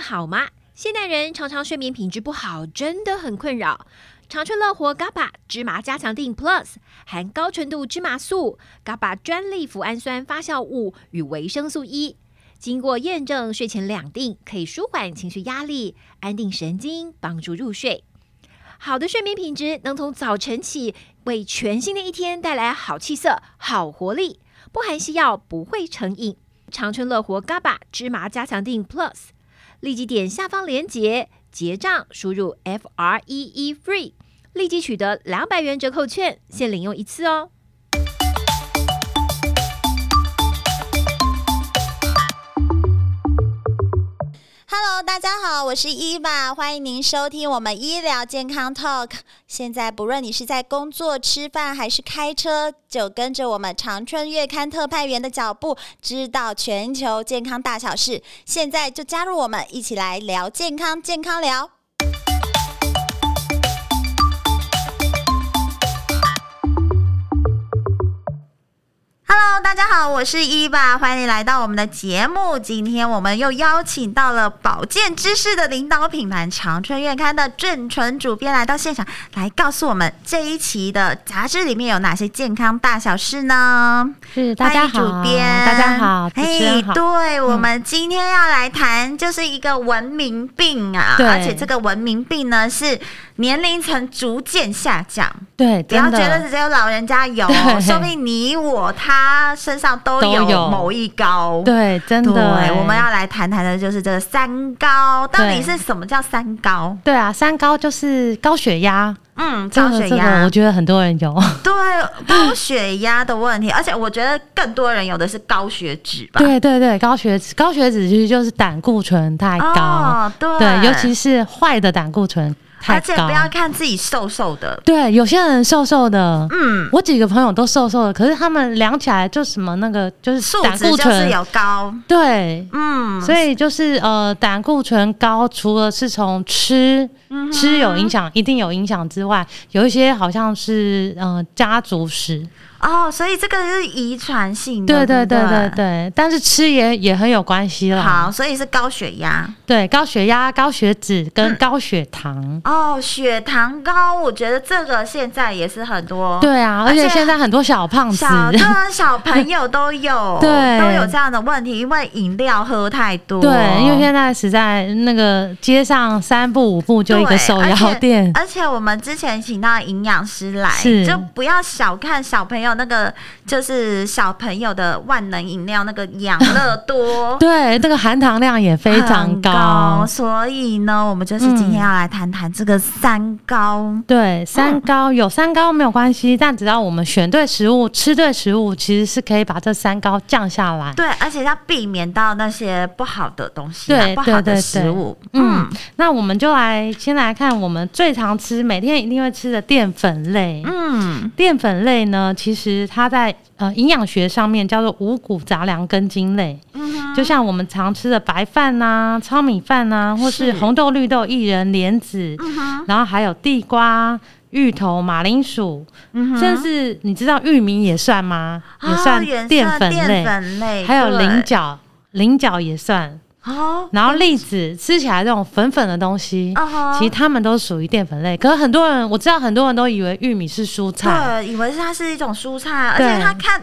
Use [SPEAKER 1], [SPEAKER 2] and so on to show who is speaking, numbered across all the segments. [SPEAKER 1] 好吗？现代人常常睡眠品质不好，真的很困扰。长春乐活 GABA 芝麻加强定 Plus 含高纯度芝麻素、GABA 专利脯氨酸发酵物与维生素 E，经过验证，睡前两定可以舒缓情绪压力、安定神经，帮助入睡。好的睡眠品质能从早晨起为全新的一天带来好气色、好活力。不含西药，不会成瘾。长春乐活 GABA 芝麻加强定 Plus，立即点下方链接结账，输入 F R E E FREE，立即取得两百元折扣券，限领用一次哦。
[SPEAKER 2] Hello，大家好，我是伊娃，欢迎您收听我们医疗健康 Talk。现在不论你是在工作、吃饭还是开车，就跟着我们长春月刊特派员的脚步，知道全球健康大小事。现在就加入我们，一起来聊健康，健康聊。Hello，大家好，我是伊娃，欢迎来到我们的节目。今天我们又邀请到了保健知识的领导品牌《长春月刊》的郑纯主编来到现场，来告诉我们这一期的杂志里面有哪些健康大小事呢？
[SPEAKER 3] 是大家好，
[SPEAKER 2] 主编，
[SPEAKER 3] 大家好，主持人好。
[SPEAKER 2] 对我们今天要来谈就是一个文明病啊，
[SPEAKER 3] 对
[SPEAKER 2] 而且这个文明病呢是年龄层逐渐下降，
[SPEAKER 3] 对，
[SPEAKER 2] 不要
[SPEAKER 3] 真
[SPEAKER 2] 觉得
[SPEAKER 3] 的
[SPEAKER 2] 只有老人家有，
[SPEAKER 3] 对
[SPEAKER 2] 说不定你我他身上都
[SPEAKER 3] 都有
[SPEAKER 2] 某一高。
[SPEAKER 3] 对，真
[SPEAKER 2] 对
[SPEAKER 3] 的欸，
[SPEAKER 2] 我们要来谈谈的就是这个三高，到底
[SPEAKER 3] 对
[SPEAKER 2] 是什么叫三高？
[SPEAKER 3] 对啊，三高就是高血压，
[SPEAKER 2] 嗯，
[SPEAKER 3] 这
[SPEAKER 2] 高
[SPEAKER 3] 个
[SPEAKER 2] 血
[SPEAKER 3] 这个
[SPEAKER 2] 压，
[SPEAKER 3] 我觉得很多人 有，
[SPEAKER 2] 对高血压的问题，而且我觉得更多人有的是高血脂吧。
[SPEAKER 3] 对对对，高血脂，高血脂其实就是胆固醇太高，
[SPEAKER 2] 哦，对
[SPEAKER 3] 对，尤其是坏的胆固醇太
[SPEAKER 2] 而且
[SPEAKER 3] 高
[SPEAKER 2] 不，要看自己瘦瘦的，
[SPEAKER 3] 对，有些人瘦瘦的。
[SPEAKER 2] 嗯，
[SPEAKER 3] 我几个朋友都瘦瘦的，可是他们量起来就什么那个就是
[SPEAKER 2] 数
[SPEAKER 3] 胆
[SPEAKER 2] 值
[SPEAKER 3] 固
[SPEAKER 2] 就是
[SPEAKER 3] 醇，
[SPEAKER 2] 有高，
[SPEAKER 3] 对，
[SPEAKER 2] 嗯，
[SPEAKER 3] 所以就是呃，胆固醇高，除了是从吃、
[SPEAKER 2] 嗯
[SPEAKER 3] 吃有影响，一定有影响之外，有一些好像是呃家族史，
[SPEAKER 2] 哦，所以这个是遗传性的，
[SPEAKER 3] 对
[SPEAKER 2] 对
[SPEAKER 3] 对对
[SPEAKER 2] 不
[SPEAKER 3] 对对，但是吃也也很有关系啦。
[SPEAKER 2] 好，所以是高血压
[SPEAKER 3] 对，高血压、高血脂 跟高血糖。
[SPEAKER 2] 哦，血糖高，我觉得这个现在也是很多
[SPEAKER 3] 对啊，
[SPEAKER 2] 而
[SPEAKER 3] 而
[SPEAKER 2] 且
[SPEAKER 3] 且现在很多小胖子，
[SPEAKER 2] 哦小的小朋友都有，
[SPEAKER 3] 对
[SPEAKER 2] 都有这样的问题，因为饮料喝太多，
[SPEAKER 3] 对，因为现在实在那个街上三步五步就一个
[SPEAKER 2] 对
[SPEAKER 3] 手
[SPEAKER 2] 而
[SPEAKER 3] 摇
[SPEAKER 2] 且
[SPEAKER 3] 店，
[SPEAKER 2] 而且我们之前请到营养师来，
[SPEAKER 3] 是
[SPEAKER 2] 就不要小看小朋友那个，就是小朋友的万能饮料那个养乐多。
[SPEAKER 3] 对，那个含糖量也非常
[SPEAKER 2] 很
[SPEAKER 3] 高
[SPEAKER 2] 高，。所以呢，我们就是今天要来谈谈这个三高。
[SPEAKER 3] 对，三高、有三高没有关系，但只要我们选对食物、吃对食物，其实是可以把这三高降下来。
[SPEAKER 2] 对，而且要避免到那些不好的东西啊、
[SPEAKER 3] 对
[SPEAKER 2] 不好
[SPEAKER 3] 对
[SPEAKER 2] 的
[SPEAKER 3] 对
[SPEAKER 2] 食
[SPEAKER 3] 对
[SPEAKER 2] 物。
[SPEAKER 3] 嗯
[SPEAKER 2] 嗯，
[SPEAKER 3] 那我们就来先来看我们最常吃、每天一定会吃的淀粉类。
[SPEAKER 2] 嗯，
[SPEAKER 3] 淀粉类呢，其实它在呃营养学上面叫做五谷杂粮根茎类，
[SPEAKER 2] 嗯
[SPEAKER 3] 就像我们常吃的白饭呐、糙米饭呐、或是
[SPEAKER 2] 是嗯
[SPEAKER 3] 红豆、绿豆、薏仁、莲子，然后还有地瓜、芋头、马铃薯，甚至你知道玉米也算吗？也算
[SPEAKER 2] 嗯哦也
[SPEAKER 3] 淀
[SPEAKER 2] 算
[SPEAKER 3] 粉类，
[SPEAKER 2] 淀粉类，
[SPEAKER 3] 还有
[SPEAKER 2] 对
[SPEAKER 3] 菱角，菱角也算。
[SPEAKER 2] 哦，
[SPEAKER 3] 然后栗子吃起来这种粉粉的东西，
[SPEAKER 2] 嗯哼
[SPEAKER 3] 其实它们都属于淀粉类。可是很多人我知道，很多人都以为玉米是蔬菜，
[SPEAKER 2] 对，以为是它是一种蔬菜，啊而且
[SPEAKER 3] 对
[SPEAKER 2] 它看，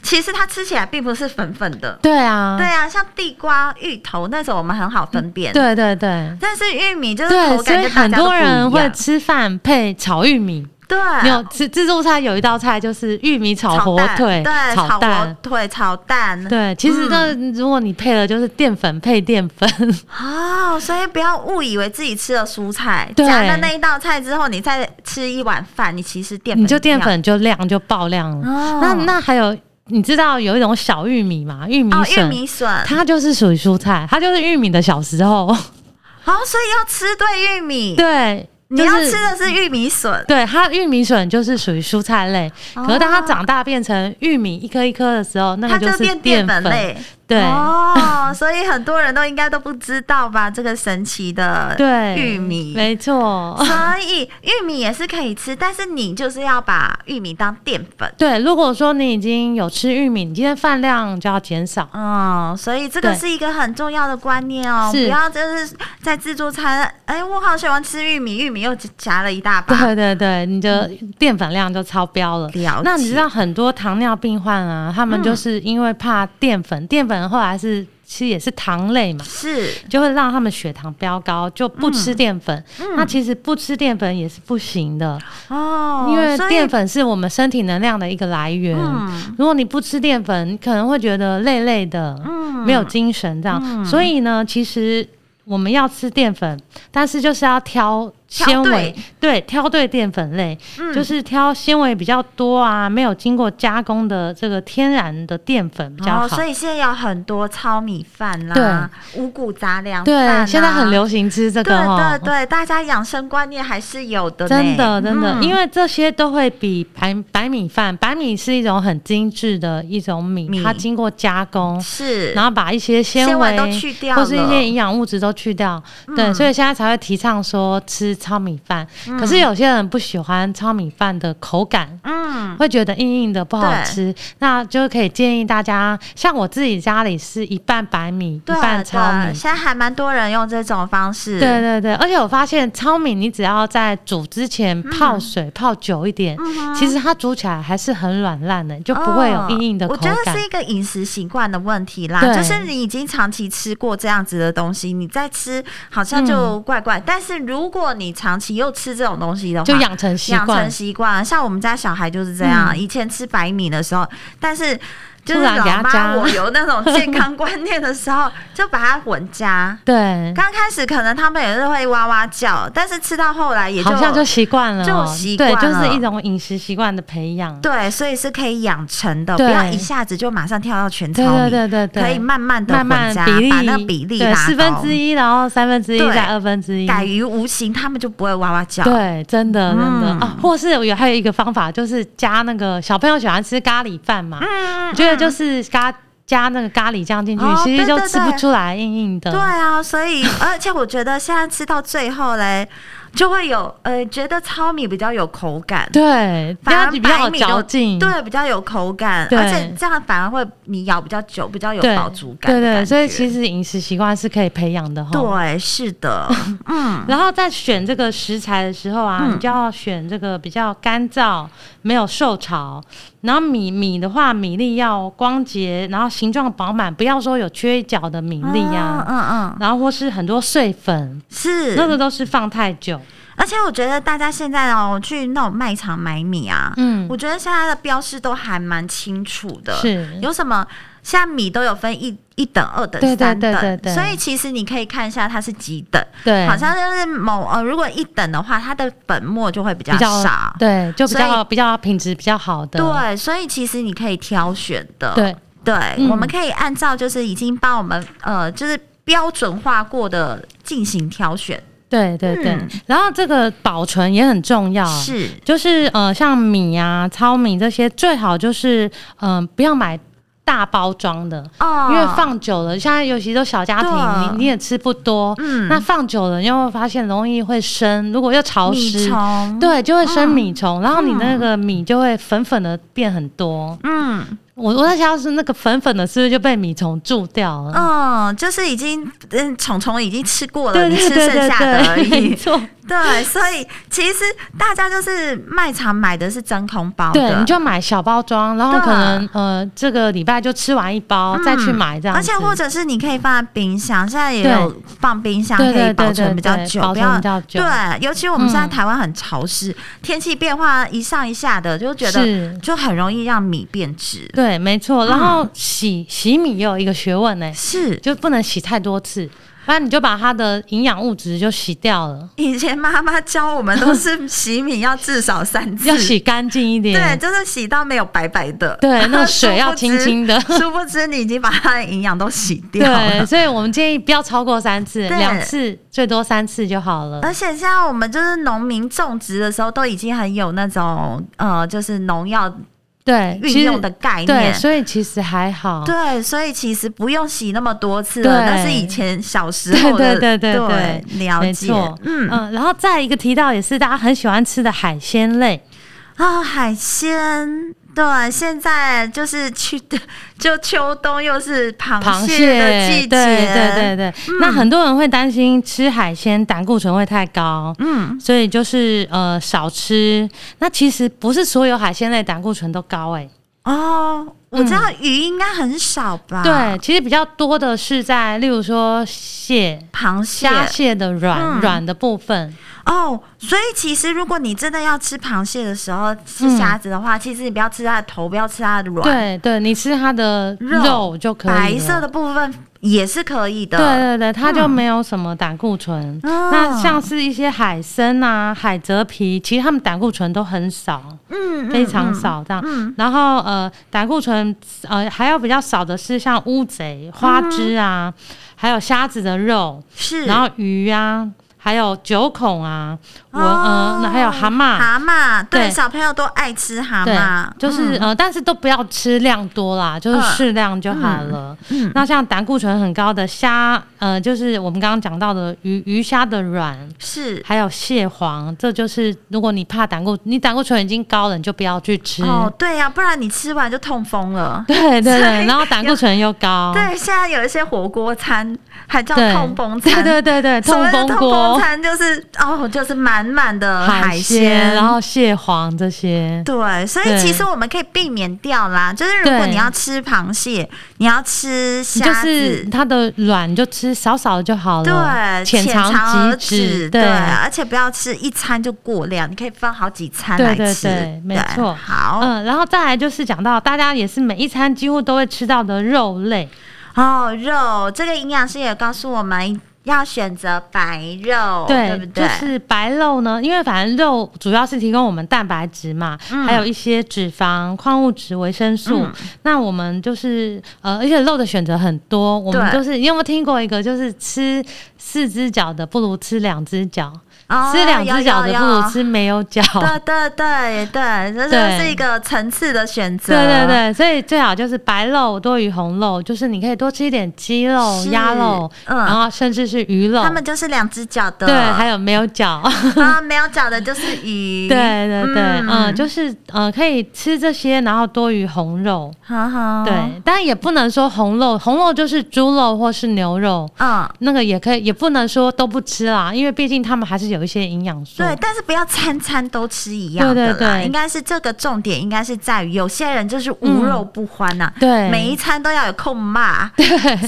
[SPEAKER 2] 其实它吃起来并不是粉粉的。
[SPEAKER 3] 对啊，
[SPEAKER 2] 对啊，像地瓜、芋头那种，我们很好分辨。，
[SPEAKER 3] 嗯对对对
[SPEAKER 2] 但是玉米就是
[SPEAKER 3] 对，
[SPEAKER 2] 口
[SPEAKER 3] 所
[SPEAKER 2] 感
[SPEAKER 3] 以
[SPEAKER 2] 跟大
[SPEAKER 3] 很
[SPEAKER 2] 家都不
[SPEAKER 3] 多
[SPEAKER 2] 一
[SPEAKER 3] 人
[SPEAKER 2] 样。
[SPEAKER 3] 会吃饭配炒玉米。
[SPEAKER 2] 对，啊
[SPEAKER 3] 没有自自助餐有一道菜就是玉米炒
[SPEAKER 2] 炒
[SPEAKER 3] 火
[SPEAKER 2] 蛋
[SPEAKER 3] 腿，
[SPEAKER 2] 对，炒
[SPEAKER 3] 炒
[SPEAKER 2] 火嗯
[SPEAKER 3] 蛋。
[SPEAKER 2] 腿、炒蛋，
[SPEAKER 3] 对，其实那如果你配了就是淀粉配淀粉，
[SPEAKER 2] 哦，所以不要误以为自己吃了蔬菜，
[SPEAKER 3] 对
[SPEAKER 2] 夹了那一道菜之后，你再吃一碗饭，你其实淀粉
[SPEAKER 3] 你就淀
[SPEAKER 2] 一样。
[SPEAKER 3] 粉就量就爆量了。
[SPEAKER 2] 哦
[SPEAKER 3] 那那还有你知道有一种小玉米嘛，玉米
[SPEAKER 2] 哦，玉
[SPEAKER 3] 笋，
[SPEAKER 2] 米笋，
[SPEAKER 3] 它就是属于蔬菜，它就是玉米的小 时候。
[SPEAKER 2] 哦，所以要吃对玉米，
[SPEAKER 3] 对，
[SPEAKER 2] 你
[SPEAKER 3] 就
[SPEAKER 2] 要
[SPEAKER 3] 是
[SPEAKER 2] 吃的是玉米笋，
[SPEAKER 3] 对它玉米笋就是属于蔬菜类，可是当它
[SPEAKER 2] 哦
[SPEAKER 3] 长大变成玉米一颗一颗的时候，那
[SPEAKER 2] 它
[SPEAKER 3] 个
[SPEAKER 2] 就变
[SPEAKER 3] 是
[SPEAKER 2] 淀
[SPEAKER 3] 粉
[SPEAKER 2] 粉类。
[SPEAKER 3] 对、
[SPEAKER 2] 哦，所以很多人都应该都不知道吧，这个神奇的
[SPEAKER 3] 对，
[SPEAKER 2] 玉米。
[SPEAKER 3] 没错。
[SPEAKER 2] 所以玉米也是可以吃，但是你就是要把玉米当淀粉。
[SPEAKER 3] 对，如果说你已经有吃玉米，你今天饭量就要减少。
[SPEAKER 2] 嗯，所以这个
[SPEAKER 3] 对
[SPEAKER 2] 是一个很重要的观念哦，不
[SPEAKER 3] 是
[SPEAKER 2] 要就是在自助餐，哎、我好喜欢吃玉米，玉米又夹了一大把。
[SPEAKER 3] 对对对，你的淀粉量就超标了。
[SPEAKER 2] 了解嗯
[SPEAKER 3] 那你知道很多糖尿病患啊，他们就是因为怕淀粉，淀粉后来是其实也是糖类嘛，
[SPEAKER 2] 是
[SPEAKER 3] 就会让他们血糖飙高，就不
[SPEAKER 2] 嗯
[SPEAKER 3] 吃淀粉。那其实不吃淀粉也是不行的，
[SPEAKER 2] 哦，
[SPEAKER 3] 因为
[SPEAKER 2] 所以
[SPEAKER 3] 淀粉是我们身体能量的一个来源。
[SPEAKER 2] 嗯
[SPEAKER 3] 如果你不吃淀粉，你可能会觉得累累的，
[SPEAKER 2] 嗯
[SPEAKER 3] 没有精神这样。所以呢，其实我们要吃淀粉，但是就是要挑纤维，对，挑对淀粉类，
[SPEAKER 2] 嗯
[SPEAKER 3] 就是挑纤维比较多啊，没有经过加工的这个天然的淀粉比较好。
[SPEAKER 2] 哦，所以现在有很多糙米饭啦，五谷杂粮
[SPEAKER 3] 对
[SPEAKER 2] 饭、啊，，
[SPEAKER 3] 现在很流行吃这个哦
[SPEAKER 2] 对对。对，大家养生观念还是有的呢，
[SPEAKER 3] 真的，真的，
[SPEAKER 2] 嗯
[SPEAKER 3] 因为这些都会比白白米饭，白米是一种很精致的一种米，
[SPEAKER 2] 米
[SPEAKER 3] 它经过加工，
[SPEAKER 2] 是
[SPEAKER 3] 然后把一些纤
[SPEAKER 2] 纤
[SPEAKER 3] 维
[SPEAKER 2] 维都去掉
[SPEAKER 3] 或是一
[SPEAKER 2] 了嗯
[SPEAKER 3] 些营养物质都去掉。对，所以现在才会提倡说吃糙米饭。可是有些人不喜欢糙米饭的口感。
[SPEAKER 2] 嗯，
[SPEAKER 3] 会觉得硬硬的不好
[SPEAKER 2] 对
[SPEAKER 3] 吃，那就可以建议大家，像我自己家里是一半白米，一
[SPEAKER 2] 对
[SPEAKER 3] 半
[SPEAKER 2] 对，
[SPEAKER 3] 糙米
[SPEAKER 2] 现，在还蛮多人用这种方式，
[SPEAKER 3] 对对对，而且我发现糙米，你只要在煮之前
[SPEAKER 2] 嗯
[SPEAKER 3] 泡水、泡久一点，其实它煮起来还是很软烂的，就不会有硬硬的
[SPEAKER 2] 哦
[SPEAKER 3] 口
[SPEAKER 2] 我觉
[SPEAKER 3] 感。
[SPEAKER 2] 得是一个饮食习惯的问题啦，
[SPEAKER 3] 对
[SPEAKER 2] 就是你已经长期吃过这样子的东西，你再吃好像就怪怪。但是如果你长期又吃这种东西的话，
[SPEAKER 3] 嗯就养成习
[SPEAKER 2] 养
[SPEAKER 3] 惯嗯
[SPEAKER 2] 成，习惯。像我们家小孩就是这样，以前吃白米的时候，但是就是
[SPEAKER 3] 突然给
[SPEAKER 2] 老
[SPEAKER 3] 他
[SPEAKER 2] 妈
[SPEAKER 3] 加
[SPEAKER 2] 我有那种健康观念的时候，就把它混加。
[SPEAKER 3] 对，
[SPEAKER 2] 刚开始可能他们也是会哇哇叫，但是吃到后来也就
[SPEAKER 3] 好像就习惯了哦，
[SPEAKER 2] 就习惯
[SPEAKER 3] 对，就
[SPEAKER 2] 了
[SPEAKER 3] 是一种饮食习惯的培养。
[SPEAKER 2] 对，所以是可以养成的，不
[SPEAKER 3] 对
[SPEAKER 2] 要一下子就马上跳到全糙
[SPEAKER 3] 对
[SPEAKER 2] 米。
[SPEAKER 3] 对对对对，
[SPEAKER 2] 可以慢慢的
[SPEAKER 3] 慢慢比例
[SPEAKER 2] 把那个比例
[SPEAKER 3] 对
[SPEAKER 2] 拉
[SPEAKER 3] 四分之一，然后三分之一，
[SPEAKER 2] 对
[SPEAKER 3] 再二分之一，
[SPEAKER 2] 改于无形，他们就不会哇哇叫。
[SPEAKER 3] 对，真的真的、
[SPEAKER 2] 嗯
[SPEAKER 3] 啊，或是有还有一个方法，就是加那个小朋友喜欢吃咖喱
[SPEAKER 2] 嗯
[SPEAKER 3] 饭嘛，我觉得就是咖加那个咖喱酱进去，
[SPEAKER 2] 哦
[SPEAKER 3] 其实
[SPEAKER 2] 对
[SPEAKER 3] 就
[SPEAKER 2] 对
[SPEAKER 3] 吃不
[SPEAKER 2] 对
[SPEAKER 3] 出来硬硬的。
[SPEAKER 2] 对啊，所以 而且我觉得现在吃到最后嘞，就会有呃觉得糙米比较有口感，
[SPEAKER 3] 对，这
[SPEAKER 2] 反而
[SPEAKER 3] 样子比较
[SPEAKER 2] 白
[SPEAKER 3] 好
[SPEAKER 2] 米就
[SPEAKER 3] 嚼劲。
[SPEAKER 2] 对，比较有口感，
[SPEAKER 3] 对
[SPEAKER 2] 而且这样反而会你咬比较久，比较有
[SPEAKER 3] 对
[SPEAKER 2] 饱足感
[SPEAKER 3] 对
[SPEAKER 2] 的感觉。
[SPEAKER 3] 对，所以其实哦饮食习惯是可以培养的哈。。
[SPEAKER 2] 对是的， 嗯，
[SPEAKER 3] 然后在选这个食材的时候啊，
[SPEAKER 2] 嗯
[SPEAKER 3] 你就要选这个比较干燥、没有受潮。然后米米的话，米粒要光洁，然后形状饱满，不要说有缺一角的米粒啊呀、
[SPEAKER 2] 嗯嗯嗯，
[SPEAKER 3] 然后或是很多碎粉，
[SPEAKER 2] 是
[SPEAKER 3] 那个都是放太久。
[SPEAKER 2] 而且我觉得大家现在哦，去那种卖场买米啊，
[SPEAKER 3] 嗯
[SPEAKER 2] 我觉得现在的标示都还蛮清楚的，
[SPEAKER 3] 是
[SPEAKER 2] 有什么现在米都有分一一等、二等、
[SPEAKER 3] 对对
[SPEAKER 2] 三等，
[SPEAKER 3] 对对对
[SPEAKER 2] 所以其实你可以看一下它是几等，
[SPEAKER 3] 对，
[SPEAKER 2] 好像就是某呃，如果一等的话，它的粉末就会比较
[SPEAKER 3] 比较
[SPEAKER 2] 少，
[SPEAKER 3] 对，就比
[SPEAKER 2] 所
[SPEAKER 3] 较比较品质比较好的。
[SPEAKER 2] 对，所以其实你可以挑选的，
[SPEAKER 3] 对
[SPEAKER 2] 对，
[SPEAKER 3] 嗯
[SPEAKER 2] 我们可以按照就是已经帮我们呃，就是标准化过的进行挑选，
[SPEAKER 3] 对对对
[SPEAKER 2] 嗯
[SPEAKER 3] 然后这个保存也很重要。。
[SPEAKER 2] 是
[SPEAKER 3] 就是呃，像米啊、糙米这些，最好就是嗯、呃不要买大包装的，
[SPEAKER 2] 哦
[SPEAKER 3] 因为放久了，现在尤其都小家
[SPEAKER 2] 对
[SPEAKER 3] 庭，你你也吃不多，
[SPEAKER 2] 嗯
[SPEAKER 3] 那放久了，你又会发现容易会生，如果又潮
[SPEAKER 2] 米
[SPEAKER 3] 湿，
[SPEAKER 2] 虫，
[SPEAKER 3] 对，就会生米虫，然后你那个米就会粉粉的变很多。
[SPEAKER 2] 啊嗯。
[SPEAKER 3] 我我在想，要是那个粉粉的，是不是就被米虫蛀掉了？
[SPEAKER 2] 嗯，就是已经嗯，虫虫已经吃过了，
[SPEAKER 3] 对
[SPEAKER 2] 你
[SPEAKER 3] 对
[SPEAKER 2] 吃
[SPEAKER 3] 对
[SPEAKER 2] 剩
[SPEAKER 3] 对
[SPEAKER 2] 下的而
[SPEAKER 3] 对， 没
[SPEAKER 2] 已。
[SPEAKER 3] 错，
[SPEAKER 2] 对，所以其实大家就是卖场买的是真空包的，
[SPEAKER 3] 对，你就买小包装，然后
[SPEAKER 2] 对
[SPEAKER 3] 可能呃这个礼拜就吃完一包，再去买这样
[SPEAKER 2] 嗯而
[SPEAKER 3] 子。
[SPEAKER 2] 且或者是你可以放在冰箱，现在也
[SPEAKER 3] 对
[SPEAKER 2] 有放冰箱
[SPEAKER 3] 对
[SPEAKER 2] 可
[SPEAKER 3] 对
[SPEAKER 2] 以
[SPEAKER 3] 对
[SPEAKER 2] 保存
[SPEAKER 3] 对
[SPEAKER 2] 比较
[SPEAKER 3] 对
[SPEAKER 2] 久，
[SPEAKER 3] 保
[SPEAKER 2] 不
[SPEAKER 3] 存
[SPEAKER 2] 要
[SPEAKER 3] 比较久
[SPEAKER 2] 对，尤其我们现在
[SPEAKER 3] 嗯
[SPEAKER 2] 台湾很潮湿，天气变化一上一下的，就觉得嗯
[SPEAKER 3] 是。
[SPEAKER 2] 就很容易让米变质。
[SPEAKER 3] 对，没错。然后洗、洗米也有一个学问呢、
[SPEAKER 2] 是
[SPEAKER 3] 就不能洗太多次，不然你就把它的营养物质就洗掉了，
[SPEAKER 2] 以前妈妈教我们都是洗米要至少三次，
[SPEAKER 3] 要洗干净一
[SPEAKER 2] 对，
[SPEAKER 3] 点。
[SPEAKER 2] 就是洗到没有白白的，
[SPEAKER 3] 对，那
[SPEAKER 2] 殊
[SPEAKER 3] 水要
[SPEAKER 2] 不
[SPEAKER 3] 清
[SPEAKER 2] 知
[SPEAKER 3] 清的。
[SPEAKER 2] 殊不知你已经把它的营养都洗掉
[SPEAKER 3] 对，
[SPEAKER 2] 了。
[SPEAKER 3] 所以我们建议不要超过三次，
[SPEAKER 2] 对呃
[SPEAKER 3] 两次最多三次就好了。
[SPEAKER 2] 而且现在我们就是农民种植的时候，都已经很有那种呃，就是农药
[SPEAKER 3] 对
[SPEAKER 2] 运用的概
[SPEAKER 3] 对，
[SPEAKER 2] 念。
[SPEAKER 3] 所以其实还好。
[SPEAKER 2] 对，所以其实不用洗那么多次
[SPEAKER 3] 对
[SPEAKER 2] 了，那是以前小时候
[SPEAKER 3] 对
[SPEAKER 2] 的，
[SPEAKER 3] 对对对
[SPEAKER 2] 对了
[SPEAKER 3] 没
[SPEAKER 2] 解
[SPEAKER 3] 错，，
[SPEAKER 2] 嗯
[SPEAKER 3] 嗯嗯，然后再一个提到也是大家很喜欢吃的海鲜类，
[SPEAKER 2] 啊、海鲜，对，现在就是去 就秋冬又是螃
[SPEAKER 3] 螃
[SPEAKER 2] 的季节，嗯
[SPEAKER 3] 对对对对。那很多人会担心吃海鲜胆固醇会太高，
[SPEAKER 2] 嗯，
[SPEAKER 3] 所以就是呃少吃。那其实不是所有海鲜类胆固醇都高、欸，
[SPEAKER 2] 哦，我知道鱼应该很少吧？
[SPEAKER 3] 嗯对，，其实比较多的是在例如说蟹、
[SPEAKER 2] 螃蟹
[SPEAKER 3] 虾蟹的软
[SPEAKER 2] 嗯
[SPEAKER 3] 软、的部分，
[SPEAKER 2] 哦，所以其实如果你真的要吃螃蟹的时候吃虾子的话，其实你不要吃它的头，不要吃它的卵，
[SPEAKER 3] 嗯对对，你吃它的
[SPEAKER 2] 肉
[SPEAKER 3] 肉就可以
[SPEAKER 2] 白色
[SPEAKER 3] 了
[SPEAKER 2] 的部分也是可以的。
[SPEAKER 3] 对对对，它就没有什么胆固醇。
[SPEAKER 2] 嗯
[SPEAKER 3] 那像是一些海参啊、海蜇皮，其实它们胆固醇都很少，
[SPEAKER 2] 嗯，嗯
[SPEAKER 3] 非常。少这样。然后呃，胆固醇呃还有比较少的是像乌贼、花枝啊，还有虾子的肉，
[SPEAKER 2] 嗯是，
[SPEAKER 3] 然后鱼啊，还有九孔啊，我、
[SPEAKER 2] 哦
[SPEAKER 3] 呃那还有蛤蟆。
[SPEAKER 2] 蛤蟆，对，
[SPEAKER 3] 对
[SPEAKER 2] 小朋友都爱吃蛤
[SPEAKER 3] 对
[SPEAKER 2] 蟆，，
[SPEAKER 3] 就是、呃，但是都不要吃量多啦，就是
[SPEAKER 2] 嗯
[SPEAKER 3] 适量就好了。那像胆固醇很高的虾，呃，就是我们刚刚讲到的鱼鱼虾的软，
[SPEAKER 2] 是。
[SPEAKER 3] 还有蟹黄，这就是如果你怕胆固，你胆固醇已经高了，你就不要去吃。
[SPEAKER 2] 哦，对呀、不然你吃完就痛风了。
[SPEAKER 3] 对对对，
[SPEAKER 2] 所以
[SPEAKER 3] 然后胆固醇又高，
[SPEAKER 2] 对，现在有一些火锅餐还叫
[SPEAKER 3] 哦对
[SPEAKER 2] 痛风餐，
[SPEAKER 3] 对对对对，
[SPEAKER 2] 所
[SPEAKER 3] 痛
[SPEAKER 2] 谓的
[SPEAKER 3] 风
[SPEAKER 2] 痛风
[SPEAKER 3] 锅、
[SPEAKER 2] 餐就是哦，就是满满的海
[SPEAKER 3] 鲜，
[SPEAKER 2] 鲜，
[SPEAKER 3] 然后蟹黄这些。
[SPEAKER 2] 对，所以
[SPEAKER 3] 对
[SPEAKER 2] 其实我们可以避免掉啦。就是如果
[SPEAKER 3] 对
[SPEAKER 2] 你要吃螃蟹，你要吃
[SPEAKER 3] 你就
[SPEAKER 2] 虾
[SPEAKER 3] 是
[SPEAKER 2] 子，
[SPEAKER 3] 它的卵，你就吃少少就好了。
[SPEAKER 2] 对，浅
[SPEAKER 3] 尝
[SPEAKER 2] 而
[SPEAKER 3] 即止，
[SPEAKER 2] 对，
[SPEAKER 3] 对
[SPEAKER 2] 而且不要吃一餐就过量，你可以分好几餐来
[SPEAKER 3] 对
[SPEAKER 2] 吃，
[SPEAKER 3] 对对，没错。
[SPEAKER 2] 好，
[SPEAKER 3] 嗯，然后再来就是讲到大家也是每一餐几乎都会吃到的肉类，
[SPEAKER 2] 哦，肉这个营养师也告诉我们要选择白肉，哦对不对？
[SPEAKER 3] 就是白肉呢，因为反正肉主要是提供我们蛋白质嘛，
[SPEAKER 2] 嗯
[SPEAKER 3] 还有一些脂肪、矿物质、维生素。那我们就是呃，而且肉的选择很多，我们
[SPEAKER 2] 对
[SPEAKER 3] 就是你有没有听过一个，就是吃四只脚的不如吃两只脚，
[SPEAKER 2] 哦
[SPEAKER 3] 吃两只脚的
[SPEAKER 2] 有
[SPEAKER 3] 不
[SPEAKER 2] 有有
[SPEAKER 3] 如吃没有脚。
[SPEAKER 2] 对对对对，这
[SPEAKER 3] 对
[SPEAKER 2] 就是一个层次的选择。
[SPEAKER 3] 对对对，所以最好就是白肉多于红肉，就是你可以多吃一点鸡肉、
[SPEAKER 2] 是
[SPEAKER 3] 哦鸭肉，
[SPEAKER 2] 嗯
[SPEAKER 3] 然后甚至是鱼肉，
[SPEAKER 2] 他们就是两只脚的，
[SPEAKER 3] 对，还有没有脚。
[SPEAKER 2] 啊，没有脚的就是鱼，
[SPEAKER 3] 对对对，嗯，
[SPEAKER 2] 嗯
[SPEAKER 3] 就是呃，可以吃这些，然后多于红肉。
[SPEAKER 2] 好好，
[SPEAKER 3] 对，但也不能说红肉，红肉就是猪肉或是牛肉，
[SPEAKER 2] 嗯，
[SPEAKER 3] 那个也可以，也不能说都不吃啦，因为毕竟他们还是有一些营养素。
[SPEAKER 2] 对，但是不要餐餐都吃一样的啦，
[SPEAKER 3] 对对对
[SPEAKER 2] 应该是这个重点，应该是在于有些人就是无肉不欢呐、
[SPEAKER 3] 对
[SPEAKER 2] 每一餐都要有空骂，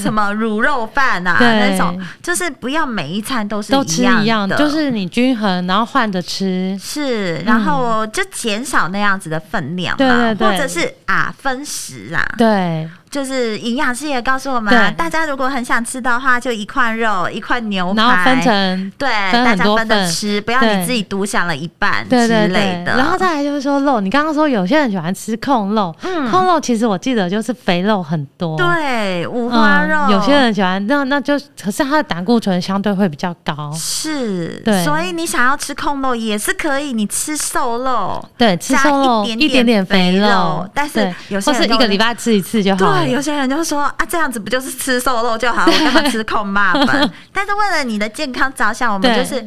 [SPEAKER 2] 什么卤肉饭呐、
[SPEAKER 3] 对
[SPEAKER 2] 那种，就是不要每一餐都是
[SPEAKER 3] 都吃
[SPEAKER 2] 一
[SPEAKER 3] 一样，
[SPEAKER 2] 的，
[SPEAKER 3] 就是你均衡，然后换 着吃。
[SPEAKER 2] 是，然后就减少那样子的分量嘛，
[SPEAKER 3] 对嗯对
[SPEAKER 2] 或
[SPEAKER 3] 对
[SPEAKER 2] 者是啊分食啊，
[SPEAKER 3] 对
[SPEAKER 2] 就是营养师也告诉我们、啊，
[SPEAKER 3] 对
[SPEAKER 2] 大家如果很想吃的话，就一块肉一块牛排，
[SPEAKER 3] 然后分成
[SPEAKER 2] 对
[SPEAKER 3] 分
[SPEAKER 2] 大
[SPEAKER 3] 很
[SPEAKER 2] 家
[SPEAKER 3] 多
[SPEAKER 2] 分着
[SPEAKER 3] 份
[SPEAKER 2] 吃，不要
[SPEAKER 3] 对
[SPEAKER 2] 你自己独享了一半之
[SPEAKER 3] 对对
[SPEAKER 2] 类
[SPEAKER 3] 对，
[SPEAKER 2] 的。
[SPEAKER 3] 然后再来就是说肉，你刚刚说有些人喜欢吃控肉，控肉其实我记得就是肥肉很多，
[SPEAKER 2] 嗯对，五花
[SPEAKER 3] 嗯，
[SPEAKER 2] 肉、
[SPEAKER 3] 有些人喜欢，那那就可是它的胆固醇相对会比较高，
[SPEAKER 2] 是，
[SPEAKER 3] 对
[SPEAKER 2] 所以你想要吃控肉也是可以，你吃瘦肉，
[SPEAKER 3] 对，吃
[SPEAKER 2] 加
[SPEAKER 3] 瘦肉
[SPEAKER 2] 一点
[SPEAKER 3] 一点
[SPEAKER 2] 点
[SPEAKER 3] 点
[SPEAKER 2] 肥
[SPEAKER 3] 肥
[SPEAKER 2] 肉但是
[SPEAKER 3] 对
[SPEAKER 2] 有些
[SPEAKER 3] 或
[SPEAKER 2] 人
[SPEAKER 3] 是
[SPEAKER 2] 都
[SPEAKER 3] 一个礼拜吃一次就好了，
[SPEAKER 2] 对，有些人就说啊，这样子不就是吃瘦肉就 好，我干嘛吃控骂粉？但是为了你的健康着想，我们
[SPEAKER 3] 对
[SPEAKER 2] 就是。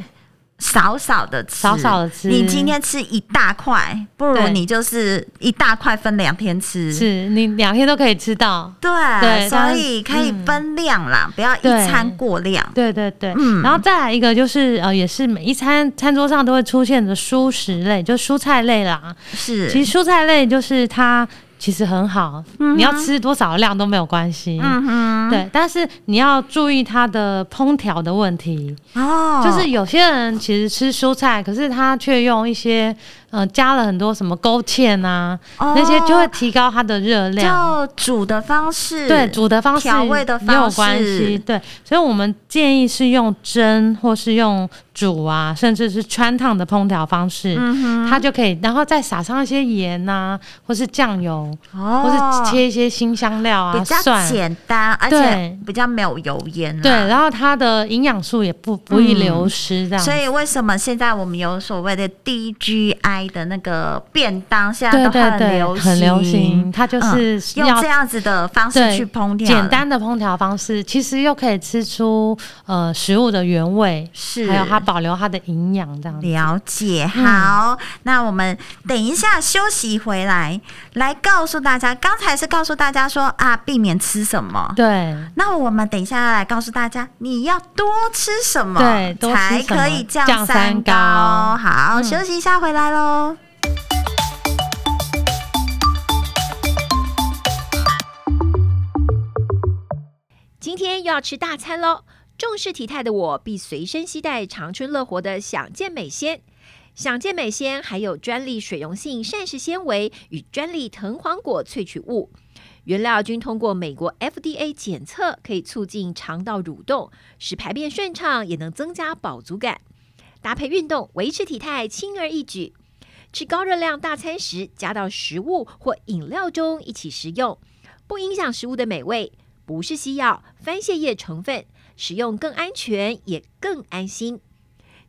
[SPEAKER 2] 少少的吃，
[SPEAKER 3] 少少地吃
[SPEAKER 2] 你今天吃一大块，不如
[SPEAKER 3] 对
[SPEAKER 2] 你就是一大块分两天吃。
[SPEAKER 3] 是你两天都可以吃到。
[SPEAKER 2] 对，
[SPEAKER 3] 对
[SPEAKER 2] 所
[SPEAKER 3] 当然
[SPEAKER 2] 以可以
[SPEAKER 3] 嗯
[SPEAKER 2] 分量啦，不要一
[SPEAKER 3] 对
[SPEAKER 2] 餐过量。
[SPEAKER 3] 对对对，
[SPEAKER 2] 嗯
[SPEAKER 3] 然后再来一个就是呃，也是每一餐餐桌上都会出现的蔬食类，就蔬菜类啦。
[SPEAKER 2] 是，
[SPEAKER 3] 其实蔬菜类就是它其实很好，你要吃多少量都没有关系。
[SPEAKER 2] 嗯
[SPEAKER 3] 对，但是你要注意它的烹调的问题。
[SPEAKER 2] 哼，哦，
[SPEAKER 3] 就是有些人其实吃蔬菜，可是他却用一些呃加了很多什么勾芡啊，
[SPEAKER 2] 哦
[SPEAKER 3] 那些就会提高它的热量。
[SPEAKER 2] 就煮的方式，
[SPEAKER 3] 对煮的方式
[SPEAKER 2] 调味的
[SPEAKER 3] 也有
[SPEAKER 2] 方
[SPEAKER 3] 关
[SPEAKER 2] 式
[SPEAKER 3] 系，对，所以我们建议是用蒸或是用煮啊，甚至是穿烫的烹调方式，
[SPEAKER 2] 嗯
[SPEAKER 3] 它就可以，然后再撒上一些盐呐、或是酱油，
[SPEAKER 2] 哦
[SPEAKER 3] 或是切一些新香料啊，
[SPEAKER 2] 比较
[SPEAKER 3] 蒜。
[SPEAKER 2] 简单，而且
[SPEAKER 3] 对
[SPEAKER 2] 比较没有油烟、啊。
[SPEAKER 3] 对，然后它的营养素也不不易流失，这样子、
[SPEAKER 2] 所以为什么现在我们有所谓的 DGI 的那个便当，现在
[SPEAKER 3] 对
[SPEAKER 2] 都
[SPEAKER 3] 对对
[SPEAKER 2] 流，行，
[SPEAKER 3] 很流行，它就
[SPEAKER 2] 嗯
[SPEAKER 3] 是
[SPEAKER 2] 用
[SPEAKER 3] 要
[SPEAKER 2] 这样子的方式
[SPEAKER 3] 对
[SPEAKER 2] 去烹调，
[SPEAKER 3] 简单的烹调方式，其实又可以吃出呃食物的原味，
[SPEAKER 2] 是嗯
[SPEAKER 3] 还有它保留它的营养这样子。
[SPEAKER 2] 了解。好，那我们等一下休息回来，来告诉大家，刚才是告诉大家说啊，避免吃什么。
[SPEAKER 3] 对，
[SPEAKER 2] 那我们等一下来告诉大家，你要多吃什么，
[SPEAKER 3] 对多吃
[SPEAKER 2] 才
[SPEAKER 3] 什么
[SPEAKER 2] 可以降
[SPEAKER 3] 降三
[SPEAKER 2] 三高。
[SPEAKER 3] 高
[SPEAKER 2] 好，
[SPEAKER 3] 嗯
[SPEAKER 2] 休息一下，回来喽。
[SPEAKER 1] 今天又要吃大餐喽！重视体态的我，必随身携带长春乐活的享健美鲜。享健美鲜含有专利水溶性膳食纤维与专利藤黄果萃取物，原料均通过美国 FDA 检测，可以促进肠道蠕动，使排便顺畅，也能增加饱足感。搭配运动，维持体态轻而易举。吃高热量大餐时，加到食物或饮料中一起食用，不影响食物的美味，不是西药，番泻叶成分，使用更安全也更安心。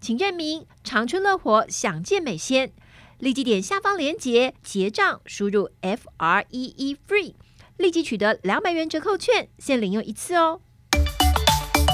[SPEAKER 1] 请认明长春乐活享健美鲜，立即点下方链接结账，输入 F R E E FREE，立即取得两百元折扣券，限领用一次哦。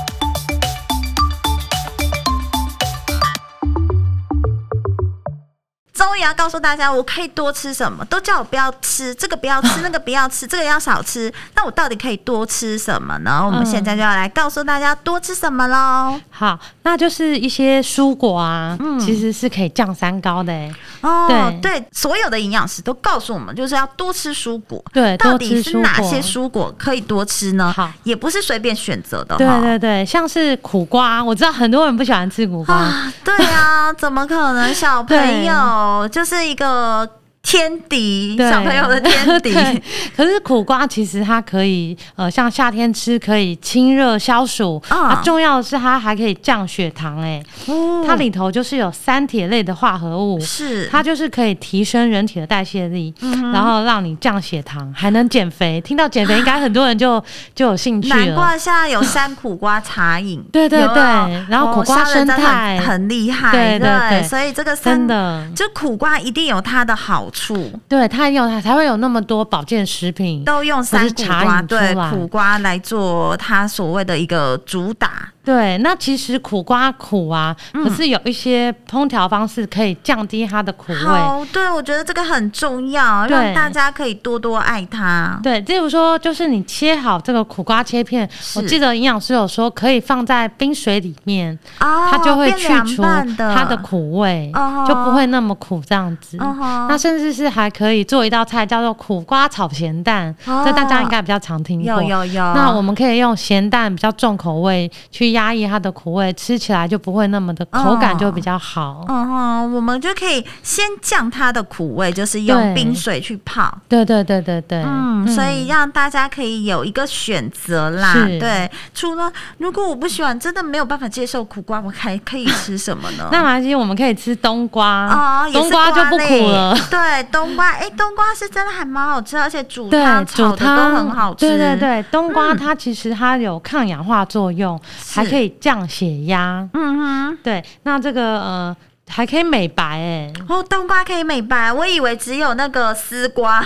[SPEAKER 2] 终于要告诉大家，我可以多吃什么，都叫我不要吃这个，不要吃那个，不要吃这个，要少吃。那我到底可以多吃什么呢？我们现在就要来告诉大家多吃什么喽。
[SPEAKER 3] 好，那就是一些蔬果啊，
[SPEAKER 2] 嗯
[SPEAKER 3] 其实是可以降三高的、欸。
[SPEAKER 2] 哦，
[SPEAKER 3] 对
[SPEAKER 2] 对，所有的营养师都告诉我们，就是要多吃蔬果。
[SPEAKER 3] 对，
[SPEAKER 2] 到
[SPEAKER 3] 多
[SPEAKER 2] 底
[SPEAKER 3] 吃
[SPEAKER 2] 是
[SPEAKER 3] 蔬
[SPEAKER 2] 哪
[SPEAKER 3] 果
[SPEAKER 2] 些。蔬果可以多吃呢
[SPEAKER 3] 好？
[SPEAKER 2] 也不是随便选择的
[SPEAKER 3] 对
[SPEAKER 2] 哈。
[SPEAKER 3] 对对，像是苦瓜，我知道很多人不喜欢吃苦瓜，
[SPEAKER 2] 啊，对啊， 怎么可能？小朋友就是一个天敌，
[SPEAKER 3] 对
[SPEAKER 2] 小朋友的天敌。
[SPEAKER 3] 对可是苦瓜其实它可以，呃，像夏天吃可以清热消暑，
[SPEAKER 2] 嗯
[SPEAKER 3] 啊，重要的是它还可以降血糖、欸，
[SPEAKER 2] 哦
[SPEAKER 3] 它里头就是有三铁类的化合物。
[SPEAKER 2] 是
[SPEAKER 3] 它就是可以提升人体的代谢力，
[SPEAKER 2] 嗯
[SPEAKER 3] 然后让你降血糖，还能减肥。听到减肥，应该很多人就 就有兴趣
[SPEAKER 2] 难
[SPEAKER 3] 了。
[SPEAKER 2] 怪现在有山苦瓜茶饮，
[SPEAKER 3] 对对
[SPEAKER 2] 有没有
[SPEAKER 3] 对然后
[SPEAKER 2] 哦
[SPEAKER 3] 苦瓜
[SPEAKER 2] 杀人真的
[SPEAKER 3] 生态
[SPEAKER 2] 很很厉害，
[SPEAKER 3] 对对对
[SPEAKER 2] 所以这个
[SPEAKER 3] 真
[SPEAKER 2] 生
[SPEAKER 3] 的，嗯
[SPEAKER 2] 就苦瓜一定有它的好处，
[SPEAKER 3] 对它有它才会有那么多保健食品。
[SPEAKER 2] 都用山苦
[SPEAKER 3] 或是茶
[SPEAKER 2] 瓜
[SPEAKER 3] 饮出
[SPEAKER 2] 对
[SPEAKER 3] 来
[SPEAKER 2] 苦瓜来做它所谓的一个主打，
[SPEAKER 3] 对，那其实苦瓜苦啊，
[SPEAKER 2] 嗯
[SPEAKER 3] 可是有一些烹调方式可以降低它的苦味。
[SPEAKER 2] 好，对我觉得这个很重要，
[SPEAKER 3] 对
[SPEAKER 2] 让大家可以多多爱它。
[SPEAKER 3] 对，例如说，就是你切好这个苦瓜切片，我
[SPEAKER 2] 是
[SPEAKER 3] 记得营养师有说可以放在冰水里面，
[SPEAKER 2] 哦，
[SPEAKER 3] 它就会
[SPEAKER 2] 变
[SPEAKER 3] 去
[SPEAKER 2] 凉
[SPEAKER 3] 除
[SPEAKER 2] 拌的
[SPEAKER 3] 它的苦味，
[SPEAKER 2] 哦
[SPEAKER 3] 就不会那么苦这样子。
[SPEAKER 2] 嗯哼
[SPEAKER 3] 那甚至是还可以做一道菜叫做苦瓜炒咸蛋，
[SPEAKER 2] 哦
[SPEAKER 3] 这大家应该比较常听过。
[SPEAKER 2] 有有有。
[SPEAKER 3] 那我们可以用咸蛋比较重口味去压抑它的苦味，吃起来就不会那么的口感就比较好。
[SPEAKER 2] 嗯哼，我们就可以先降它的苦味，就是用
[SPEAKER 3] 对
[SPEAKER 2] 冰水去泡。
[SPEAKER 3] 对对对对对，
[SPEAKER 2] 嗯，所以让大家可以有一个选择啦。
[SPEAKER 3] 是
[SPEAKER 2] 对，除了如果我不喜欢，真的没有办法接受苦瓜，我还可以吃什么呢
[SPEAKER 3] ？那马来西亚我们可以吃冬瓜，
[SPEAKER 2] 哦，也是
[SPEAKER 3] 冬瓜就不苦了
[SPEAKER 2] 瓜。类。对，冬瓜，哎，冬瓜是真的还蛮好吃，而且煮
[SPEAKER 3] 对
[SPEAKER 2] 汤，炒
[SPEAKER 3] 煮
[SPEAKER 2] 的都很好吃。
[SPEAKER 3] 对对对，冬瓜
[SPEAKER 2] 嗯
[SPEAKER 3] 它其实它有抗氧化作用，还可以降血压。
[SPEAKER 2] 嗯
[SPEAKER 3] 对，那这个呃还可以美白哎、
[SPEAKER 2] 哼，哦，冬瓜可以美白，我以为只有那个丝瓜。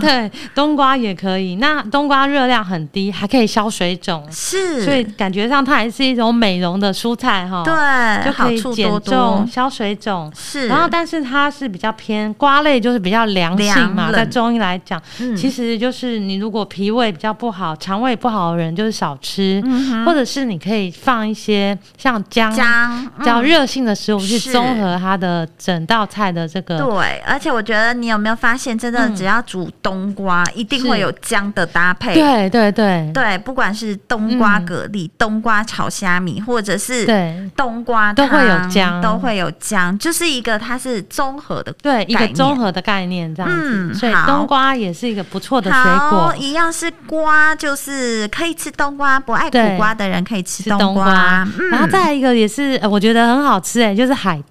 [SPEAKER 3] 对，冬瓜也可以。那冬瓜热量很低，还可以消水肿，
[SPEAKER 2] 是，
[SPEAKER 3] 所以感觉上它还是一种美容的蔬菜哈。
[SPEAKER 2] 对，
[SPEAKER 3] 就可以
[SPEAKER 2] 好处
[SPEAKER 3] 减
[SPEAKER 2] 多
[SPEAKER 3] 重、
[SPEAKER 2] 多。
[SPEAKER 3] 消水肿。
[SPEAKER 2] 是，
[SPEAKER 3] 然后，但是它是比较偏瓜类，就是比较凉性
[SPEAKER 2] 凉
[SPEAKER 3] 嘛，
[SPEAKER 2] 冷
[SPEAKER 3] 在中医来讲，
[SPEAKER 2] 嗯
[SPEAKER 3] 其实就是你如果脾胃比较不好、肠胃不好的人，就是少吃，或者是你可以放一些像
[SPEAKER 2] 嗯
[SPEAKER 3] 姜、
[SPEAKER 2] 姜嗯嗯
[SPEAKER 3] 比较热性的食物去
[SPEAKER 2] 是
[SPEAKER 3] 综合它的整道菜的这个
[SPEAKER 2] 对，而且我觉得你有没有发现，真的
[SPEAKER 3] 嗯
[SPEAKER 2] 只要煮冬瓜，一定会
[SPEAKER 3] 是
[SPEAKER 2] 有姜的搭配。
[SPEAKER 3] 对对对
[SPEAKER 2] 对，不管是冬瓜
[SPEAKER 3] 嗯
[SPEAKER 2] 蛤蜊、冬瓜炒虾米，或者是
[SPEAKER 3] 对
[SPEAKER 2] 冬瓜
[SPEAKER 3] 都会有
[SPEAKER 2] 汤
[SPEAKER 3] 姜
[SPEAKER 2] 都会有姜，就是一个它是综合的。
[SPEAKER 3] 对，一
[SPEAKER 2] 概
[SPEAKER 3] 个
[SPEAKER 2] 念
[SPEAKER 3] 综合的概念这样子，
[SPEAKER 2] 嗯
[SPEAKER 3] 所以
[SPEAKER 2] 好
[SPEAKER 3] 冬瓜也是一个不错的水
[SPEAKER 2] 好
[SPEAKER 3] 果，。
[SPEAKER 2] 一样是瓜，就是可以吃冬瓜，不爱苦
[SPEAKER 3] 对
[SPEAKER 2] 瓜的人可以吃
[SPEAKER 3] 吃冬
[SPEAKER 2] 瓜。嗯
[SPEAKER 3] 然后再来一个也是，呃我觉得很好吃哎、就是海带。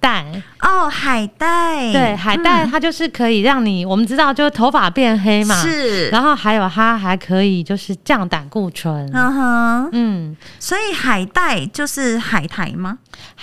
[SPEAKER 2] 哦，海带，
[SPEAKER 3] 对，海带
[SPEAKER 2] 嗯
[SPEAKER 3] 它就是可以让你，我们知道就是头发变黑嘛，
[SPEAKER 2] 是，
[SPEAKER 3] 然后还有它还可以就是降胆固醇。
[SPEAKER 2] 嗯哼，
[SPEAKER 3] 嗯，
[SPEAKER 2] 所以海带就是海苔吗？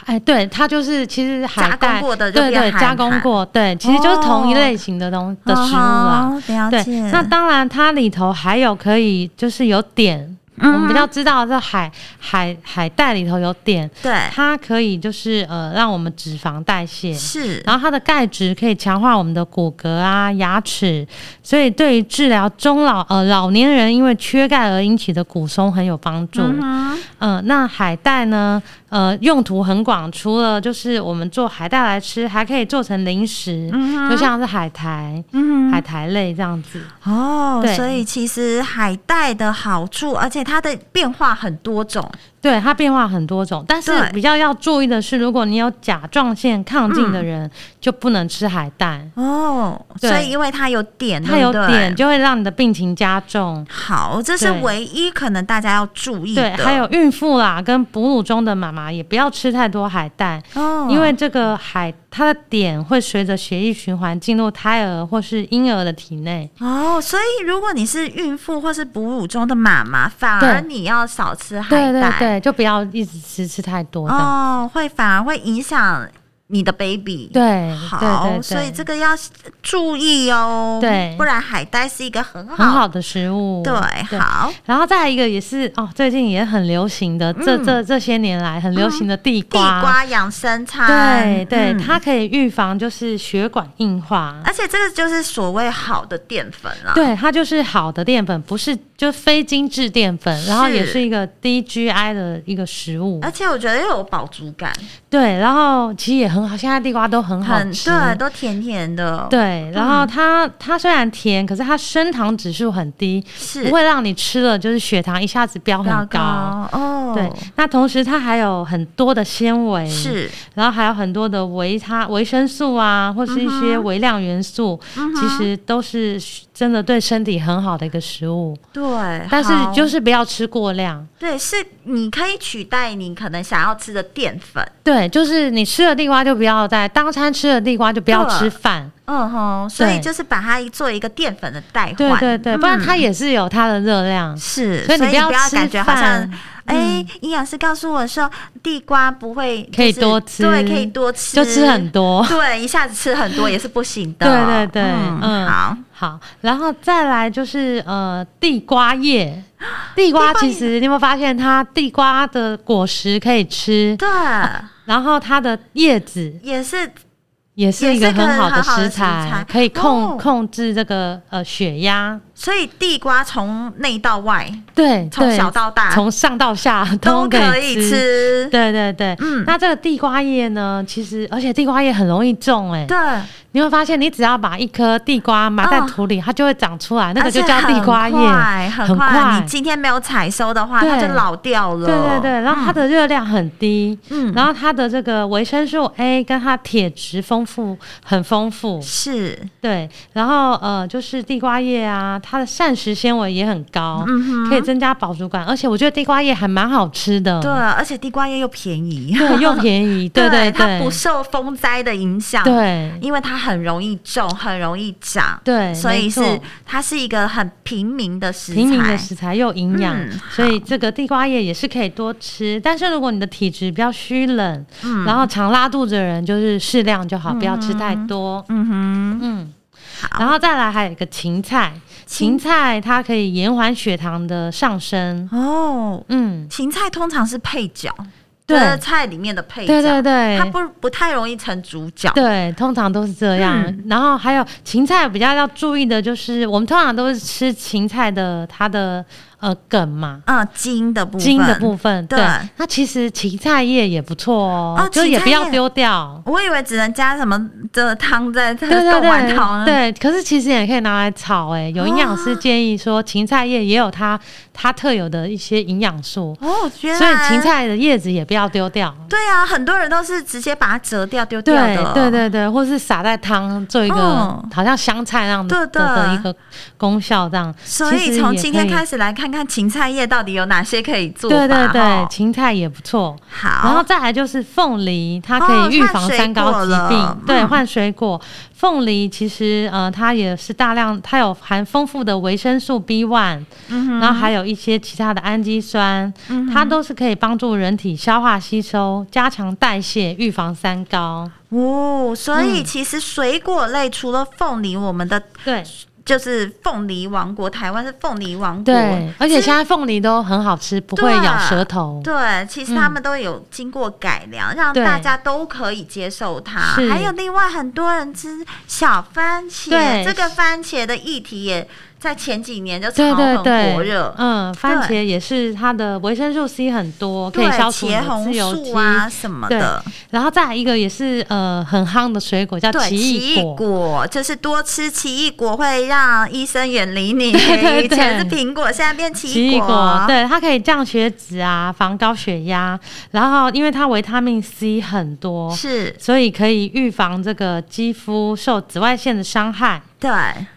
[SPEAKER 3] 哎，对，它就是其实海
[SPEAKER 2] 加工
[SPEAKER 3] 带
[SPEAKER 2] 过的就
[SPEAKER 3] 对
[SPEAKER 2] 变
[SPEAKER 3] 对，
[SPEAKER 2] 海
[SPEAKER 3] 加工
[SPEAKER 2] 苔
[SPEAKER 3] 过，对，其实就是同一类型的东、的食物啊。
[SPEAKER 2] 嗯哼了
[SPEAKER 3] 对
[SPEAKER 2] 解。，
[SPEAKER 3] 那当然它里头还有可以就是有碘，
[SPEAKER 2] 嗯
[SPEAKER 3] 我们比较知道这海海海带里头有碘，
[SPEAKER 2] 对
[SPEAKER 3] 它可以就是呃让我们脂肪代谢。
[SPEAKER 2] 是，
[SPEAKER 3] 然后它的钙质可以强化我们的骨骼啊、牙齿，所以对于治疗中老呃老年人因为缺钙而引起的骨松很有帮助。
[SPEAKER 2] 嗯
[SPEAKER 3] 嗯，那海带呢？呃，用途很广，除了就是我们做海带来吃，还可以做成零食，嗯就像是海苔、
[SPEAKER 2] 嗯
[SPEAKER 3] 海苔类这样子。
[SPEAKER 2] 哼，哦，
[SPEAKER 3] 对
[SPEAKER 2] 所以其实海带的好处，而且它的变化很多种，
[SPEAKER 3] 对，它变化很多种，但是
[SPEAKER 2] 对
[SPEAKER 3] 比较要注意的是，如果你有甲状腺亢进的
[SPEAKER 2] 嗯
[SPEAKER 3] 人，就不能吃海带，
[SPEAKER 2] 哦，
[SPEAKER 3] 对
[SPEAKER 2] 所以因为它有点，
[SPEAKER 3] 它有
[SPEAKER 2] 对嗯不对
[SPEAKER 3] 碘就会让你的病情加重。
[SPEAKER 2] 好，这是
[SPEAKER 3] 对
[SPEAKER 2] 唯一可能大家要注意
[SPEAKER 3] 对
[SPEAKER 2] 的，，
[SPEAKER 3] 还有孕妇啦，跟哺乳中的妈妈也不要吃太多海带，
[SPEAKER 2] 哦，
[SPEAKER 3] 因为这个海它的碘会随着血液循环进入胎儿或是婴儿的体内。
[SPEAKER 2] 哦，所以如果你是孕妇或是哺乳中的妈妈，反而
[SPEAKER 3] 对
[SPEAKER 2] 你要少吃海带，
[SPEAKER 3] 对对对，就不要一直吃吃太多的。
[SPEAKER 2] 哦，会反而会影响你的 baby，
[SPEAKER 3] 对，
[SPEAKER 2] 好，
[SPEAKER 3] 对对对
[SPEAKER 2] 所以这个要注意哦，
[SPEAKER 3] 对
[SPEAKER 2] 不然海带是一个很好，
[SPEAKER 3] 很好的食物。
[SPEAKER 2] 对，好，
[SPEAKER 3] 然后再来一个也是哦，最近也很流行的，这这这些年来很流行的
[SPEAKER 2] 嗯哦地
[SPEAKER 3] 地瓜。
[SPEAKER 2] 瓜养生餐，
[SPEAKER 3] 对对，
[SPEAKER 2] 嗯
[SPEAKER 3] 它可以预防就是血管硬化。
[SPEAKER 2] 而且这个就是所谓好的淀粉啊啦，
[SPEAKER 3] 对，它就是好的淀粉，不是就非精致淀粉，然后也
[SPEAKER 2] 是呃
[SPEAKER 3] 是一个低 GI 的一个食物
[SPEAKER 2] 而。且我觉得又有饱足感，
[SPEAKER 3] 对，然后其实也很好，现在地瓜都很好
[SPEAKER 2] 很
[SPEAKER 3] 吃。
[SPEAKER 2] 对，都嗯甜甜的，，
[SPEAKER 3] 对，然后它它虽然甜，可是它升糖指数很低，
[SPEAKER 2] 是
[SPEAKER 3] 不会让你吃了就是血糖一下子飙
[SPEAKER 2] 比较
[SPEAKER 3] 很
[SPEAKER 2] 高哦，
[SPEAKER 3] 对，那同时它还有很多的纤维，，
[SPEAKER 2] 是
[SPEAKER 3] 然后还有很多的维他维生素啊，或是一些微量元素，其实都是真的对身体很好的一个食物。
[SPEAKER 2] 对，
[SPEAKER 3] 但是
[SPEAKER 2] 好
[SPEAKER 3] 就是不要吃过量，
[SPEAKER 2] 对，是你可以取代你可能想要吃的淀粉，
[SPEAKER 3] 对，就是你吃了地瓜就不要在当餐吃了地瓜就不要
[SPEAKER 2] 对
[SPEAKER 3] 吃饭，
[SPEAKER 2] 嗯哼，所以
[SPEAKER 3] 对
[SPEAKER 2] 就是把它做一个淀粉的代换，
[SPEAKER 3] 对对对，不然它
[SPEAKER 2] 嗯
[SPEAKER 3] 也是有它的热量。
[SPEAKER 2] 是，
[SPEAKER 3] 嗯所以你
[SPEAKER 2] 不
[SPEAKER 3] 不要吃
[SPEAKER 2] 感觉好像
[SPEAKER 3] 饭。
[SPEAKER 2] 哎，营养师告诉我说，地瓜不会就是、
[SPEAKER 3] 嗯可以多吃
[SPEAKER 2] 对，可以多吃，
[SPEAKER 3] 就吃很多
[SPEAKER 2] 对，一下子吃很多也是不行的。
[SPEAKER 3] 对 对对
[SPEAKER 2] 嗯，
[SPEAKER 3] 嗯
[SPEAKER 2] 好，
[SPEAKER 3] 好，然后再来就是呃地瓜叶，地瓜其实你有没有发现它地瓜的果实可以吃，
[SPEAKER 2] 对，
[SPEAKER 3] 然后它的叶子
[SPEAKER 2] 也是
[SPEAKER 3] 也是一个很好的
[SPEAKER 2] 也是一个很好的
[SPEAKER 3] 食
[SPEAKER 2] 食材
[SPEAKER 3] 材，可以控、
[SPEAKER 2] 哦
[SPEAKER 3] 控制这个呃血压，
[SPEAKER 2] 所以地瓜从内到外，
[SPEAKER 3] 对，
[SPEAKER 2] 从
[SPEAKER 3] 对
[SPEAKER 2] 小到大
[SPEAKER 3] 从上到下
[SPEAKER 2] 都可
[SPEAKER 3] 可
[SPEAKER 2] 以
[SPEAKER 3] 吃。
[SPEAKER 2] 吃。
[SPEAKER 3] 对对对，
[SPEAKER 2] 嗯
[SPEAKER 3] 那这个地瓜叶呢？其实，而且地瓜叶很容易种哎、
[SPEAKER 2] 对，
[SPEAKER 3] 你会发现，你只要把一颗地瓜埋在
[SPEAKER 2] 嗯
[SPEAKER 3] 土里，它就会长出来，那
[SPEAKER 2] 而
[SPEAKER 3] 个
[SPEAKER 2] 且
[SPEAKER 3] 就叫地瓜
[SPEAKER 2] 很
[SPEAKER 3] 叶。
[SPEAKER 2] 快，很
[SPEAKER 3] 很
[SPEAKER 2] 快。
[SPEAKER 3] 快
[SPEAKER 2] 你今天没有采收的话，它就
[SPEAKER 3] 对
[SPEAKER 2] 老掉了。
[SPEAKER 3] 对对对，然后它的热量很低，
[SPEAKER 2] 嗯
[SPEAKER 3] 然后它的这个维生素 A 跟它铁质丰富，很丰富，
[SPEAKER 2] 是，
[SPEAKER 3] 对，然后呃，就是地瓜叶啊，它的膳食纤维也很高，嗯
[SPEAKER 2] 嗯
[SPEAKER 3] 可以增加饱足感，而且我觉得地瓜叶还蛮好吃的，
[SPEAKER 2] 对，而且地瓜叶又便宜，
[SPEAKER 3] 对，又便 宜，对对
[SPEAKER 2] 它
[SPEAKER 3] 对，
[SPEAKER 2] 不受风灾的影响，，
[SPEAKER 3] 对
[SPEAKER 2] 因为它很容易种，很容易长，
[SPEAKER 3] 对
[SPEAKER 2] 所以
[SPEAKER 3] 没错
[SPEAKER 2] 是它是一个很平民的食材，
[SPEAKER 3] 平民的食材又营养，
[SPEAKER 2] 嗯
[SPEAKER 3] 所以这个地瓜叶也是可以多吃。但是如果你的体质比较虚冷，
[SPEAKER 2] 嗯
[SPEAKER 3] 然后常拉肚子的人，就是适量就好，不要吃太多。嗯哼，嗯。然后再来还有一个芹菜，芹菜它可以延缓血糖的上升。
[SPEAKER 2] 哦。
[SPEAKER 3] 嗯，
[SPEAKER 2] 芹菜通常是配角，
[SPEAKER 3] 对
[SPEAKER 2] 就是菜里面的配角，
[SPEAKER 3] 对对对
[SPEAKER 2] 它不不太容易成主角，
[SPEAKER 3] 对，通常都是这样。
[SPEAKER 2] 嗯
[SPEAKER 3] 然后还有芹菜比较要注意的就是，我们通常都是吃芹菜的它的呃梗嘛，
[SPEAKER 2] 嗯，筋的部分，
[SPEAKER 3] 茎的部分。对
[SPEAKER 2] 对，
[SPEAKER 3] 那其实芹菜叶也不错哦，
[SPEAKER 2] 哦
[SPEAKER 3] 就
[SPEAKER 2] 芹
[SPEAKER 3] 也
[SPEAKER 2] 菜
[SPEAKER 3] 不要
[SPEAKER 2] 叶
[SPEAKER 3] 丢掉。
[SPEAKER 2] 我以为只能加什么的汤在 在
[SPEAKER 3] 对对
[SPEAKER 2] 豆丸汤啊
[SPEAKER 3] 对，，对，可是其实也可以拿来炒、欸。有营养师建议说，芹菜叶也有它它特有的一些营养素，
[SPEAKER 2] 哦，原
[SPEAKER 3] 所以
[SPEAKER 2] 来
[SPEAKER 3] 芹菜的叶子也不要丢掉。
[SPEAKER 2] 对啊，很多人都是直接把它折掉丢掉
[SPEAKER 3] 对
[SPEAKER 2] 的，
[SPEAKER 3] 对对对，或是撒在汤做一个、
[SPEAKER 2] 嗯
[SPEAKER 3] 好像香菜那样的
[SPEAKER 2] 对的
[SPEAKER 3] 的一个功效，这样。
[SPEAKER 2] 所
[SPEAKER 3] 其
[SPEAKER 2] 以
[SPEAKER 3] 实
[SPEAKER 2] 从
[SPEAKER 3] 也
[SPEAKER 2] 今天
[SPEAKER 3] 可以
[SPEAKER 2] 开始来看看芹菜叶到底有哪些可以做
[SPEAKER 3] 对对
[SPEAKER 2] 法
[SPEAKER 3] 对
[SPEAKER 2] 哦，
[SPEAKER 3] 芹菜也不错。然后
[SPEAKER 2] 好，
[SPEAKER 3] 再来就是凤梨，它
[SPEAKER 2] 哦
[SPEAKER 3] 可以预
[SPEAKER 2] 换
[SPEAKER 3] 防
[SPEAKER 2] 水
[SPEAKER 3] 三高
[SPEAKER 2] 果
[SPEAKER 3] 疾
[SPEAKER 2] 了
[SPEAKER 3] 病。对，
[SPEAKER 2] 嗯
[SPEAKER 3] 换水果，凤梨其实呃，它也是大量，它有含丰富的维生素 B one，、然
[SPEAKER 2] 嗯
[SPEAKER 3] 后还有一些其他的氨基酸，它都是可以帮助人体消化吸收，加强代谢，预防三高。
[SPEAKER 2] 哦，所
[SPEAKER 3] 嗯
[SPEAKER 2] 以其实水果类除了凤梨，我们的
[SPEAKER 3] 对
[SPEAKER 2] 就是凤梨王国，台湾是凤梨王国，
[SPEAKER 3] 对，而且
[SPEAKER 2] 之
[SPEAKER 3] 现在凤梨都很好吃，不会
[SPEAKER 2] 对啊
[SPEAKER 3] 咬舌头。
[SPEAKER 2] 对，其实他们都有经过改良，让
[SPEAKER 3] 嗯对
[SPEAKER 2] 大家都可以接受它
[SPEAKER 3] 是。
[SPEAKER 2] 还有另外很多人吃小番
[SPEAKER 3] 对
[SPEAKER 2] 茄，这个番茄的议题也在前几年就
[SPEAKER 3] 对
[SPEAKER 2] 啊炒
[SPEAKER 3] 对
[SPEAKER 2] 很火
[SPEAKER 3] 对
[SPEAKER 2] 热，，
[SPEAKER 3] 嗯，番
[SPEAKER 2] 对
[SPEAKER 3] 茄也是它的维生素 C 很多，可
[SPEAKER 2] 对，
[SPEAKER 3] 以消除你
[SPEAKER 2] 茄
[SPEAKER 3] 的
[SPEAKER 2] 红
[SPEAKER 3] 自由
[SPEAKER 2] 素
[SPEAKER 3] 基
[SPEAKER 2] 啊什么的。
[SPEAKER 3] 然后再来一个也是呃很夯的水果叫
[SPEAKER 2] 对，
[SPEAKER 3] 啊奇
[SPEAKER 2] 奇
[SPEAKER 3] 异
[SPEAKER 2] 异
[SPEAKER 3] 果，
[SPEAKER 2] 果就是多吃奇异果会让医生远离你。
[SPEAKER 3] 对
[SPEAKER 2] 以前是
[SPEAKER 3] 对
[SPEAKER 2] 苹果，现在变奇
[SPEAKER 3] 奇异
[SPEAKER 2] 果
[SPEAKER 3] 果，，对，它可以降血脂啊，防高血压，然后因为它维他命 C 很多，
[SPEAKER 2] 哦是，
[SPEAKER 3] 所以可以预防这个肌肤受紫外线的伤害。
[SPEAKER 2] 对，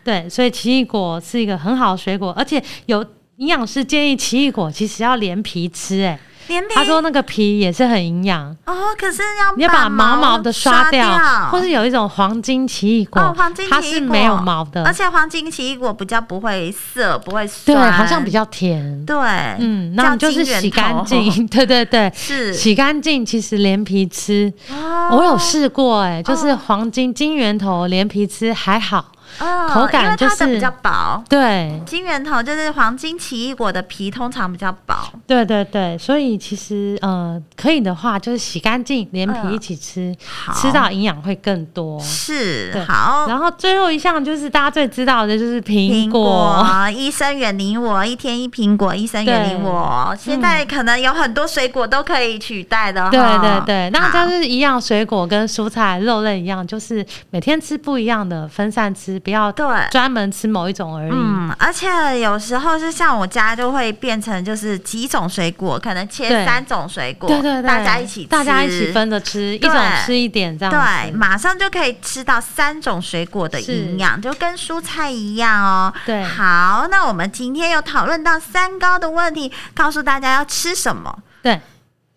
[SPEAKER 3] 对，所以奇异果是一个很好的水果，而且有营养师建议奇异果其实要连皮吃、哎，
[SPEAKER 2] 连皮
[SPEAKER 3] 他说那个皮也是很营养。
[SPEAKER 2] 哦，可是要
[SPEAKER 3] 你要把毛毛的刷
[SPEAKER 2] 掉，
[SPEAKER 3] 或是有一种黄金奇异果，
[SPEAKER 2] 哦，黄金
[SPEAKER 3] 它
[SPEAKER 2] 奇
[SPEAKER 3] 是
[SPEAKER 2] 异果
[SPEAKER 3] 没有毛的，
[SPEAKER 2] 而且黄金奇异果比较不会涩，不会
[SPEAKER 3] 对，
[SPEAKER 2] 酸，
[SPEAKER 3] 好像比较甜。
[SPEAKER 2] 对，
[SPEAKER 3] 嗯，
[SPEAKER 2] 叫
[SPEAKER 3] 那就是
[SPEAKER 2] 金源
[SPEAKER 3] 洗干
[SPEAKER 2] 头
[SPEAKER 3] 净，对对 对，
[SPEAKER 2] 是
[SPEAKER 3] 洗干净。其实连皮吃，
[SPEAKER 2] 哦
[SPEAKER 3] 我有试过、哎、就是黄金金源头连皮吃还好，
[SPEAKER 2] 嗯
[SPEAKER 3] 口感
[SPEAKER 2] 因为
[SPEAKER 3] 就
[SPEAKER 2] 它的
[SPEAKER 3] 是
[SPEAKER 2] 比较薄。
[SPEAKER 3] 对
[SPEAKER 2] 金源头就是黄金奇异果的皮通常比较薄，
[SPEAKER 3] 对对对，所以其实呃，可以的话就是洗干净，连皮
[SPEAKER 2] 嗯
[SPEAKER 3] 一起吃，
[SPEAKER 2] 好
[SPEAKER 3] 吃到营养会更多。
[SPEAKER 2] 是
[SPEAKER 3] 对
[SPEAKER 2] 好。
[SPEAKER 3] 然后最后一项就是大家最知道的就是苹
[SPEAKER 2] 苹
[SPEAKER 3] 果，
[SPEAKER 2] 果，医生远离我，一天一苹果，医生远离
[SPEAKER 3] 对
[SPEAKER 2] 我。现在可能有很多水果都可以取代的哈，
[SPEAKER 3] 对对对，那
[SPEAKER 2] 好
[SPEAKER 3] 就是一样，水果跟蔬菜、肉类一样，就是每天吃不一样的，分散吃，不要
[SPEAKER 2] 对
[SPEAKER 3] 专门吃某一种而已。
[SPEAKER 2] 嗯，而且有时候是像我家就会变成就是几种水果，可能切
[SPEAKER 3] 对
[SPEAKER 2] 三种水果，
[SPEAKER 3] 对对对，
[SPEAKER 2] 大家一起吃，
[SPEAKER 3] 大家一起。分着吃，一
[SPEAKER 2] 对
[SPEAKER 3] 种吃一点这样
[SPEAKER 2] 对，
[SPEAKER 3] 子。
[SPEAKER 2] 马上就可以吃到三种水果的
[SPEAKER 3] 是
[SPEAKER 2] 营养，就跟蔬菜一样哦。
[SPEAKER 3] 对
[SPEAKER 2] 好，那我们今天有讨论到三高的问题，告诉大家要吃什么
[SPEAKER 3] 对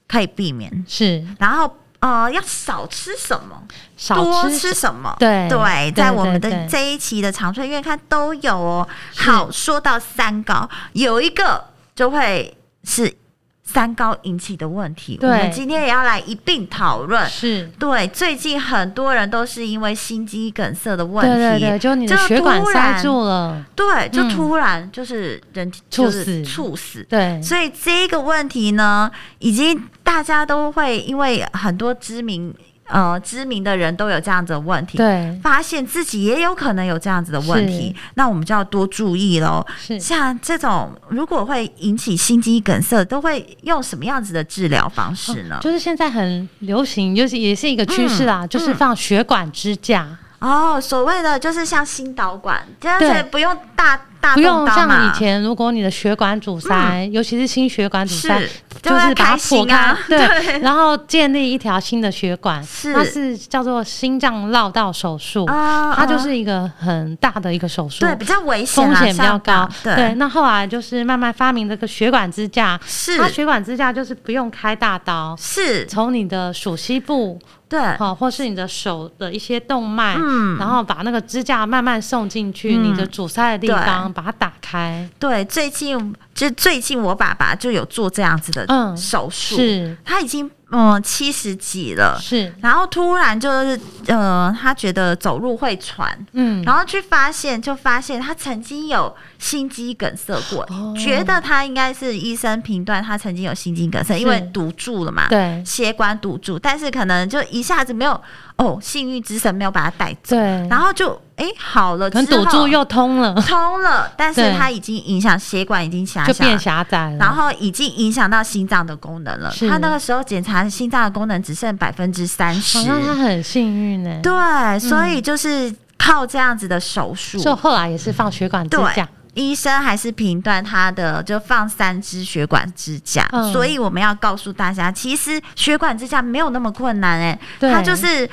[SPEAKER 2] 可以避免，
[SPEAKER 3] 是
[SPEAKER 2] 然后呃要少吃什么，
[SPEAKER 3] 少
[SPEAKER 2] 多
[SPEAKER 3] 吃
[SPEAKER 2] 吃什么。
[SPEAKER 3] 对对
[SPEAKER 2] 在
[SPEAKER 3] 对
[SPEAKER 2] 我们
[SPEAKER 3] 对
[SPEAKER 2] 的这一期的长春院看都有哦。好，说到三高，有一个就会是三高引起的问题，我
[SPEAKER 3] 对
[SPEAKER 2] 们今天也要来一并讨论。
[SPEAKER 3] 是，
[SPEAKER 2] 对，最近很多人都是因为心肌梗塞的问
[SPEAKER 3] 对
[SPEAKER 2] 题，
[SPEAKER 3] 对对，就你的
[SPEAKER 2] 就
[SPEAKER 3] 血管
[SPEAKER 2] 突然
[SPEAKER 3] 塞住了，
[SPEAKER 2] 对，就
[SPEAKER 3] 嗯
[SPEAKER 2] 突然就是人体
[SPEAKER 3] 猝
[SPEAKER 2] 就是
[SPEAKER 3] 死
[SPEAKER 2] 猝死。
[SPEAKER 3] 对
[SPEAKER 2] 所以这个问题呢，已经大家都会因为很多知名呃知名的人都有这样子的问题，
[SPEAKER 3] 对
[SPEAKER 2] 发现自己也有可能有这样子的问题，那我们就要多注意喽。
[SPEAKER 3] 是。
[SPEAKER 2] 像这种如果会引起心肌梗塞，都会用什么样子的治疗方式呢？
[SPEAKER 3] 就是现在很流行，就是也是一个趋
[SPEAKER 2] 嗯
[SPEAKER 3] 势啦，就是放血管支架，
[SPEAKER 2] 哦，所谓的就是像心导管，就是
[SPEAKER 3] 对
[SPEAKER 2] 不用大大
[SPEAKER 3] 不用
[SPEAKER 2] 动刀
[SPEAKER 3] 像以
[SPEAKER 2] 嘛，嗯
[SPEAKER 3] 前，如果你的血管阻塞，尤其是心血管阻
[SPEAKER 2] 是
[SPEAKER 3] 塞，就是
[SPEAKER 2] 要
[SPEAKER 3] 把它
[SPEAKER 2] 开
[SPEAKER 3] 破
[SPEAKER 2] 心
[SPEAKER 3] 开，
[SPEAKER 2] 啊，
[SPEAKER 3] 对，然后建立一条新的血管，
[SPEAKER 2] 是
[SPEAKER 3] 它是叫做心脏绕道手术，
[SPEAKER 2] 啊，
[SPEAKER 3] 它就
[SPEAKER 2] 啊
[SPEAKER 3] 是一个很大的一个手术
[SPEAKER 2] 对，比较危险
[SPEAKER 3] 风
[SPEAKER 2] 啦，
[SPEAKER 3] 险比较
[SPEAKER 2] 上
[SPEAKER 3] 高
[SPEAKER 2] 当。对
[SPEAKER 3] 那后来就是慢慢发明这个血管支架，
[SPEAKER 2] 是
[SPEAKER 3] 它血管支架就是不用开大刀，
[SPEAKER 2] 是，
[SPEAKER 3] 从你的属膝部
[SPEAKER 2] 对，
[SPEAKER 3] 哈、哦或是你的手的一些动脉，
[SPEAKER 2] 嗯
[SPEAKER 3] 然后把那个支架慢慢送进去、
[SPEAKER 2] 嗯
[SPEAKER 3] 你的阻塞的地方，把它打开，
[SPEAKER 2] 对，最近就最近我爸爸就有做这样子的
[SPEAKER 3] 嗯
[SPEAKER 2] 手术，
[SPEAKER 3] 是
[SPEAKER 2] 他已经嗯七十几了，
[SPEAKER 3] 是，
[SPEAKER 2] 然后突然就是呃，他觉得走路会喘。
[SPEAKER 3] 嗯，
[SPEAKER 2] 然后去发现，就发现他曾经有心肌梗塞过，
[SPEAKER 3] 哦
[SPEAKER 2] 觉得他应该是医生评断他曾经有心肌梗塞，因为堵住了嘛，
[SPEAKER 3] 对
[SPEAKER 2] 血管堵住，但是可能就一下子没有哦，幸运之神没有把他带走，
[SPEAKER 3] 对，
[SPEAKER 2] 然后就哎好了之
[SPEAKER 3] 可
[SPEAKER 2] 后，
[SPEAKER 3] 能堵住又通了，
[SPEAKER 2] 通了，但是
[SPEAKER 3] 对
[SPEAKER 2] 它已经影响血管已经狭
[SPEAKER 3] 就
[SPEAKER 2] 小
[SPEAKER 3] 变
[SPEAKER 2] 了。
[SPEAKER 3] 狭窄了。
[SPEAKER 2] 然后已经影响到心脏的功能了。
[SPEAKER 3] 是
[SPEAKER 2] 他那个时候检查心脏的功能只剩百分之三十
[SPEAKER 3] 好，像啊嗯他很幸运呢、
[SPEAKER 2] 对，所以就是靠这样子的手术，
[SPEAKER 3] 所以后来也是放血管支
[SPEAKER 2] 对
[SPEAKER 3] 架，，
[SPEAKER 2] 医生还是评断他的就放三支血管支架，
[SPEAKER 3] 嗯
[SPEAKER 2] 所以我们要告诉大家，其实血管支架没有那么困难哎、
[SPEAKER 3] 对
[SPEAKER 2] 他就是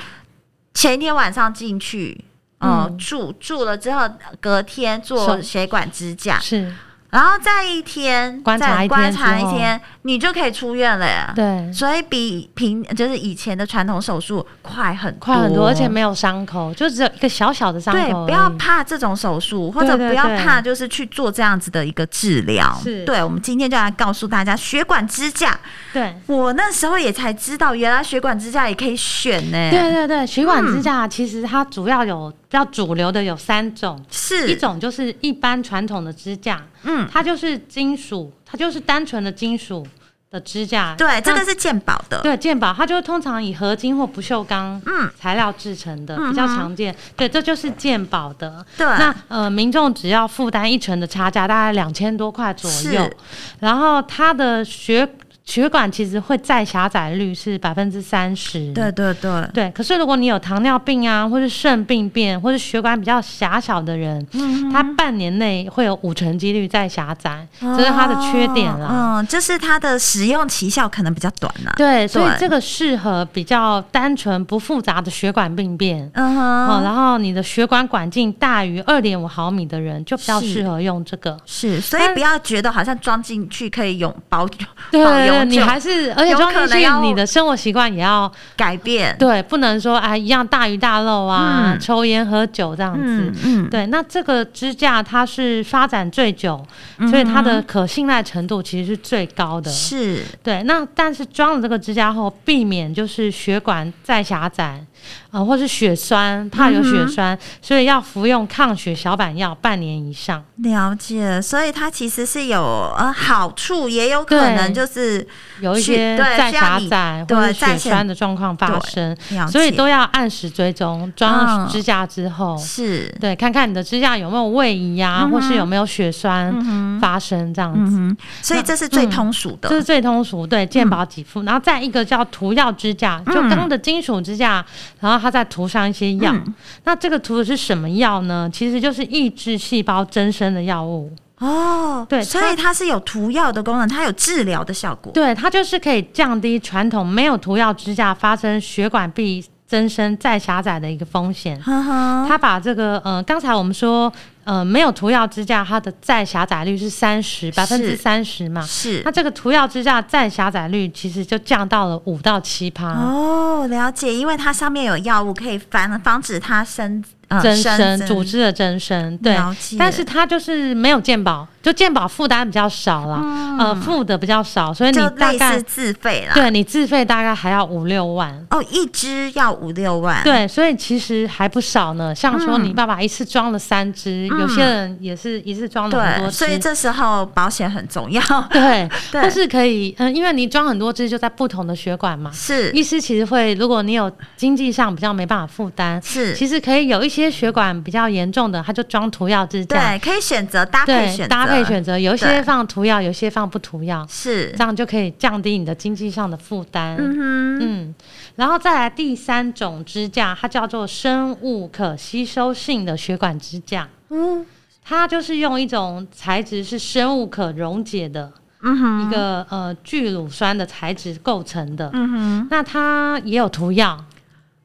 [SPEAKER 2] 前一天晚上进去。哦、
[SPEAKER 3] 嗯
[SPEAKER 2] 住住了之后，隔天做
[SPEAKER 3] 手
[SPEAKER 2] 血管支架，
[SPEAKER 3] 是，
[SPEAKER 2] 然后再一天
[SPEAKER 3] 观察
[SPEAKER 2] 再
[SPEAKER 3] 一天
[SPEAKER 2] 观察
[SPEAKER 3] 之
[SPEAKER 2] 一
[SPEAKER 3] 后
[SPEAKER 2] 天，你就可以出院了耶。
[SPEAKER 3] 对，
[SPEAKER 2] 所以比平就是以前的传统手术快很
[SPEAKER 3] 快很多，而且没有伤口，就只有一个小小的伤口而
[SPEAKER 2] 对
[SPEAKER 3] 已。，
[SPEAKER 2] 不要怕这种手术，或者
[SPEAKER 3] 对对
[SPEAKER 2] 不要
[SPEAKER 3] 对
[SPEAKER 2] 怕就是去做这样子的一个治疗。
[SPEAKER 3] 是
[SPEAKER 2] 对，我们今天就来告诉大家，血管支架，
[SPEAKER 3] 对。
[SPEAKER 2] 我那时候也才知道，原来血管支架也可以选呢、
[SPEAKER 3] 对对对，血管支
[SPEAKER 2] 嗯
[SPEAKER 3] 架其实它主要有比较主流的有三种，
[SPEAKER 2] 是
[SPEAKER 3] 一种就是一般传统的支架，
[SPEAKER 2] 嗯，
[SPEAKER 3] 它就是金属，它就是单纯的金属的支架。
[SPEAKER 2] 对，这
[SPEAKER 3] 那
[SPEAKER 2] 个是健保的。
[SPEAKER 3] 对健保，它就是通常以合金或不锈钢
[SPEAKER 2] 嗯
[SPEAKER 3] 材料制成的，
[SPEAKER 2] 嗯
[SPEAKER 3] 比较
[SPEAKER 2] 哼
[SPEAKER 3] 常见。对，这就是健保的。
[SPEAKER 2] 对
[SPEAKER 3] 那呃，民众只要负担一成的差价，大概两千多块左右
[SPEAKER 2] 是。
[SPEAKER 3] 然后它的血血管其实会再狭窄率是百分之三十。
[SPEAKER 2] 对对对，
[SPEAKER 3] 对，可是如果你有糖尿病啊，或是肾病变，或是血管比较狭小的人，
[SPEAKER 2] 嗯
[SPEAKER 3] 他半年内会有五成几率再狭窄，这是它的缺点啦。
[SPEAKER 2] 哦嗯，就是它的使用期效可能比较短啦、
[SPEAKER 3] 对，所以
[SPEAKER 2] 对
[SPEAKER 3] 这个适合比较单纯不复杂的血管病变。
[SPEAKER 2] 嗯
[SPEAKER 3] 哦，
[SPEAKER 2] 哼，
[SPEAKER 3] 然后你的血管管径大于二点五毫米的人，就比较
[SPEAKER 2] 是
[SPEAKER 3] 适合用这个。
[SPEAKER 2] 是，所以
[SPEAKER 3] 但
[SPEAKER 2] 不要觉得好像装进去可以永保
[SPEAKER 3] 对
[SPEAKER 2] 保
[SPEAKER 3] 对，
[SPEAKER 2] 永
[SPEAKER 3] 你
[SPEAKER 2] 久，
[SPEAKER 3] 还是而且
[SPEAKER 2] 有
[SPEAKER 3] 装
[SPEAKER 2] 可
[SPEAKER 3] 进
[SPEAKER 2] 能
[SPEAKER 3] 去，
[SPEAKER 2] 要
[SPEAKER 3] 你的生活习惯也要
[SPEAKER 2] 改变。
[SPEAKER 3] 对，不能说哎一样大鱼大肉啊，
[SPEAKER 2] 嗯
[SPEAKER 3] 抽烟喝酒这样子。
[SPEAKER 2] 嗯嗯，
[SPEAKER 3] 对，那这个支架它是发展最久，所以它
[SPEAKER 2] 嗯
[SPEAKER 3] 的可信赖程度其实是最高的。
[SPEAKER 2] 是
[SPEAKER 3] 对，那但是装了这个支架后，避免就是血管再狭窄啊、呃或是血栓，怕
[SPEAKER 2] 嗯
[SPEAKER 3] 有血栓，所以要服用抗血小板药半年以上。
[SPEAKER 2] 了解，所以它其实是有呃好处，也有可能
[SPEAKER 3] 对
[SPEAKER 2] 就是
[SPEAKER 3] 有一
[SPEAKER 2] 是
[SPEAKER 3] 些
[SPEAKER 2] 对
[SPEAKER 3] 再
[SPEAKER 2] 需要
[SPEAKER 3] 狭
[SPEAKER 2] 你
[SPEAKER 3] 窄
[SPEAKER 2] 对
[SPEAKER 3] 或是
[SPEAKER 2] 再
[SPEAKER 3] 血
[SPEAKER 2] 显
[SPEAKER 3] 栓的状况发
[SPEAKER 2] 对
[SPEAKER 3] 生，
[SPEAKER 2] 了解，
[SPEAKER 3] 所以都要按时追踪。装
[SPEAKER 2] 嗯
[SPEAKER 3] 上支架之后，
[SPEAKER 2] 是。嗯
[SPEAKER 3] 对，看看你的支架有没有位移啊，或是有没有血栓发生这样子。
[SPEAKER 2] 嗯哼，所以这是最
[SPEAKER 3] 嗯
[SPEAKER 2] 通俗的，嗯
[SPEAKER 3] 这是最通俗，对，健保给付。然后再一个叫涂药支架，就钢的金属支架，然后它再涂上一些药。
[SPEAKER 2] 嗯
[SPEAKER 3] 那这个涂的是什么药呢？其实就是抑制细胞增生的药物。
[SPEAKER 2] 哦，
[SPEAKER 3] 对
[SPEAKER 2] 所
[SPEAKER 3] 它
[SPEAKER 2] 以它是有涂药的功能，它有治疗的效果，
[SPEAKER 3] 对，它就是可以降低传统没有涂药支架发生血管壁增生再狭窄的一个风险。
[SPEAKER 2] 呵呵，
[SPEAKER 3] 它把这个呃，刚才我们说呃，没有涂药支架，它的再狭窄率是三十百分之三十嘛。
[SPEAKER 2] 是
[SPEAKER 3] 那这个涂药支架再狭窄率其实就降到了五到七趴。
[SPEAKER 2] 哦，了解，因为它上面有药物可以防防止它生呃
[SPEAKER 3] 增生
[SPEAKER 2] 增
[SPEAKER 3] 组织的增生，对
[SPEAKER 2] 了解，
[SPEAKER 3] 但是它就是没有健保，就健保负担比较少啦，呃，付的比较少，所以你
[SPEAKER 2] 嗯就
[SPEAKER 3] 大
[SPEAKER 2] 类
[SPEAKER 3] 概
[SPEAKER 2] 似自费啦，
[SPEAKER 3] 对你自费大概还要五六万，
[SPEAKER 2] 哦，一支要五六万，
[SPEAKER 3] 对，所以其实还不少呢。像说
[SPEAKER 2] 嗯
[SPEAKER 3] 你爸爸一次装了三支，有些人也是一次装了很
[SPEAKER 2] 对，
[SPEAKER 3] 多
[SPEAKER 2] 所以
[SPEAKER 3] 支。
[SPEAKER 2] 这时候保险很重要，
[SPEAKER 3] 对，
[SPEAKER 2] 对
[SPEAKER 3] 或是可以，嗯、因为你装很多支就在不同的血管嘛。
[SPEAKER 2] 是
[SPEAKER 3] 医师其实会，如果你有经济上比较没办法负担，
[SPEAKER 2] 是
[SPEAKER 3] 其实可以有一些血管比较严重的，他就装涂药支架，
[SPEAKER 2] 对，可以选择搭配
[SPEAKER 3] 对，
[SPEAKER 2] 选择，
[SPEAKER 3] 搭配选择，有一些
[SPEAKER 2] 对
[SPEAKER 3] 放涂药，有一些放不涂药，
[SPEAKER 2] 是
[SPEAKER 3] 这，样就可以降低你的经济上的负担。嗯
[SPEAKER 2] 嗯
[SPEAKER 3] 然后再来第三种支架，它叫做生物可吸收性的血管支架。
[SPEAKER 2] 哼，
[SPEAKER 3] 它就是用一种材质是生物可溶解的
[SPEAKER 2] 嗯哼，
[SPEAKER 3] 一个呃聚乳酸的材质构成的。
[SPEAKER 2] 嗯哼，
[SPEAKER 3] 那它也有涂药，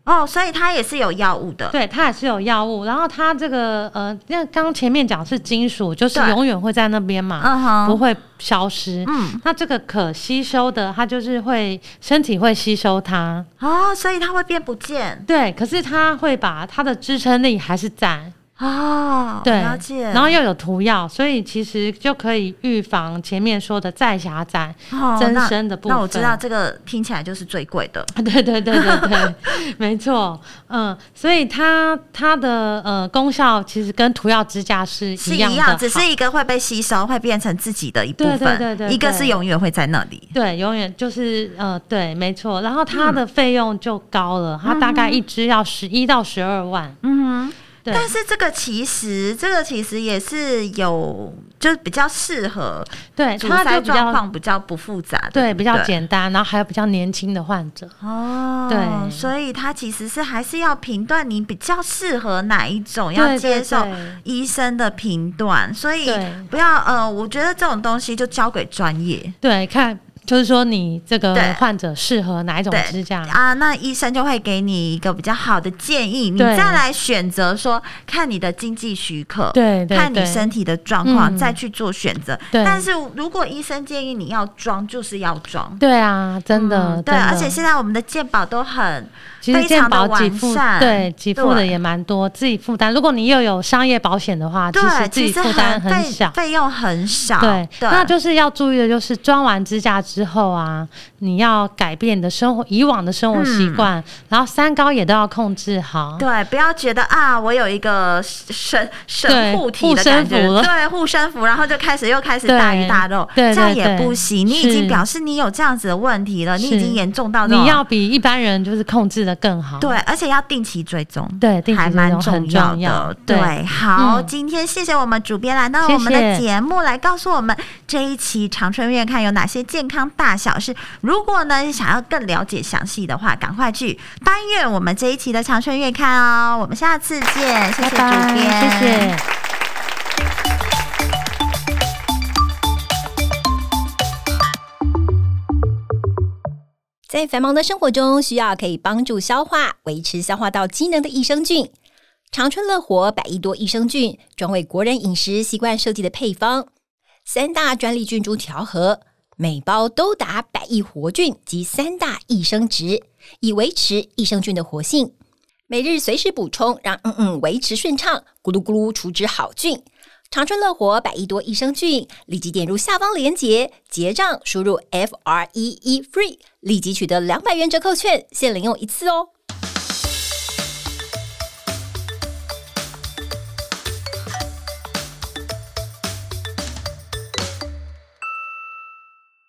[SPEAKER 2] 哦，所以它也是有药物的，
[SPEAKER 3] 对，它也是有药物。然后它这个呃，那刚前面讲是金属，就是
[SPEAKER 2] 对
[SPEAKER 3] 永远会在那边嘛。
[SPEAKER 2] 嗯哼，
[SPEAKER 3] 不，会消失。
[SPEAKER 2] 嗯，
[SPEAKER 3] 那这个可吸收的，它就是会身体会吸收它，
[SPEAKER 2] 哦，所以它会变不见，
[SPEAKER 3] 对。可是它会把它的支撑力还是在，
[SPEAKER 2] 哦，
[SPEAKER 3] 对，
[SPEAKER 2] 了解，
[SPEAKER 3] 然后又有涂药，所以其实就可以预防前面说的再狭窄。
[SPEAKER 2] 哦
[SPEAKER 3] 增
[SPEAKER 2] 那
[SPEAKER 3] 生的部
[SPEAKER 2] 那我知
[SPEAKER 3] 分
[SPEAKER 2] 道这个听起来就是最贵的，
[SPEAKER 3] 对对对对对， 没错，嗯，所以它它的呃功效其实跟涂药支架是
[SPEAKER 2] 是
[SPEAKER 3] 一样
[SPEAKER 2] 一
[SPEAKER 3] 的
[SPEAKER 2] 样，
[SPEAKER 3] 好，
[SPEAKER 2] 只是一个会被吸收，会变成自己的一部分，
[SPEAKER 3] 对对对对
[SPEAKER 2] 一个是
[SPEAKER 3] 对
[SPEAKER 2] 永远会在那里，
[SPEAKER 3] 对，永远就是呃，对，没错。
[SPEAKER 2] 嗯
[SPEAKER 3] 然后它的费用就高了，它大概一支要十一到十二万。
[SPEAKER 2] 嗯哼，
[SPEAKER 3] 对
[SPEAKER 2] 但是这个其实，这个其实也是有，就是比较适合
[SPEAKER 3] 对，
[SPEAKER 2] 阻
[SPEAKER 3] 它
[SPEAKER 2] 塞
[SPEAKER 3] 就比
[SPEAKER 2] 状
[SPEAKER 3] 较
[SPEAKER 2] 况比较不复杂的，
[SPEAKER 3] 对比较
[SPEAKER 2] 不
[SPEAKER 3] 简单，然后还有比较年轻的患者。
[SPEAKER 2] 哦，
[SPEAKER 3] 对
[SPEAKER 2] 所以它其实是还是要评断你比较适合哪一种，要
[SPEAKER 3] 对对
[SPEAKER 2] 接受
[SPEAKER 3] 对
[SPEAKER 2] 医生的评断，所以
[SPEAKER 3] 对
[SPEAKER 2] 不要呃，我觉得这种东西就交给专业。
[SPEAKER 3] 对，看就是说你这个
[SPEAKER 2] 对
[SPEAKER 3] 患者适合哪一种
[SPEAKER 2] 对
[SPEAKER 3] 支架？
[SPEAKER 2] 啊，那医生就会给你一个比较好的建议，你
[SPEAKER 3] 对
[SPEAKER 2] 再来选择说，看你的经济许可，
[SPEAKER 3] 对对
[SPEAKER 2] 看你
[SPEAKER 3] 对
[SPEAKER 2] 身体的状况，
[SPEAKER 3] 嗯
[SPEAKER 2] 再去做选择。
[SPEAKER 3] 对
[SPEAKER 2] 但是如果医生建议你要装，就是要装。
[SPEAKER 3] 对啊，真的，
[SPEAKER 2] 嗯对，
[SPEAKER 3] 真的
[SPEAKER 2] 而且现在我们的健保都很
[SPEAKER 3] 其实
[SPEAKER 2] 非
[SPEAKER 3] 健
[SPEAKER 2] 常地
[SPEAKER 3] 保给
[SPEAKER 2] 完
[SPEAKER 3] 付
[SPEAKER 2] 善
[SPEAKER 3] 对给付的
[SPEAKER 2] 对
[SPEAKER 3] 也蛮多，自己负担。如果你又有商业保险的话，其实
[SPEAKER 2] 对，
[SPEAKER 3] 自
[SPEAKER 2] 其
[SPEAKER 3] 己
[SPEAKER 2] 实
[SPEAKER 3] 负担很
[SPEAKER 2] 费
[SPEAKER 3] 小。
[SPEAKER 2] 费用很少。
[SPEAKER 3] 对，
[SPEAKER 2] 对，
[SPEAKER 3] 那就是要注意的，就是装完支架之后啊，你要改变你的生活以往的生活习惯，然后三高也都要控制好。
[SPEAKER 2] 嗯对，不要觉得啊，我有一个神
[SPEAKER 3] 对
[SPEAKER 2] 神护体
[SPEAKER 3] 护
[SPEAKER 2] 的
[SPEAKER 3] 身
[SPEAKER 2] 感觉
[SPEAKER 3] 符，了
[SPEAKER 2] 对，护身符，然后就开始又开始
[SPEAKER 3] 对
[SPEAKER 2] 大鱼大肉，
[SPEAKER 3] 对
[SPEAKER 2] 这样
[SPEAKER 3] 对
[SPEAKER 2] 也
[SPEAKER 3] 对
[SPEAKER 2] 不行。你已
[SPEAKER 3] 是
[SPEAKER 2] 经表示你有这样子的问题了，你已
[SPEAKER 3] 是
[SPEAKER 2] 经严重到这
[SPEAKER 3] 你
[SPEAKER 2] 种
[SPEAKER 3] 要比一般人就是控制的更好。
[SPEAKER 2] 对，而且要定期追踪。
[SPEAKER 3] 对，定
[SPEAKER 2] 还
[SPEAKER 3] 期
[SPEAKER 2] 蛮
[SPEAKER 3] 这种很
[SPEAKER 2] 要
[SPEAKER 3] 重
[SPEAKER 2] 的，
[SPEAKER 3] 对，
[SPEAKER 2] 对，好，
[SPEAKER 3] 嗯
[SPEAKER 2] 今天谢谢我们主编来到
[SPEAKER 3] 谢
[SPEAKER 2] 我们的
[SPEAKER 3] 谢
[SPEAKER 2] 节目，来告诉我们这一期长春院看有哪些健康大小事。如果呢想要更了解详细的话，赶快去翻阅我们这一期的长春院看哦。我们下次见，谢谢
[SPEAKER 3] 拜
[SPEAKER 2] 主
[SPEAKER 3] 拜，
[SPEAKER 2] 编，
[SPEAKER 3] 谢谢。
[SPEAKER 1] 在繁忙的生活中，需要可以帮助消化、维持消化道机能的益生菌。长春乐活百亿多益生菌，专为国人饮食习惯设计的配方，三大专利菌株调和，每包都达百亿活菌及三大益生值，以维持益生菌的活性。每日随时补充，让嗯嗯维持顺畅，咕噜咕噜除脂好菌。长春乐活百亿多益生菌，立即点入下方链接结账，输入 F R E E FREE，立即取得两百元折扣券，限领用一次哦。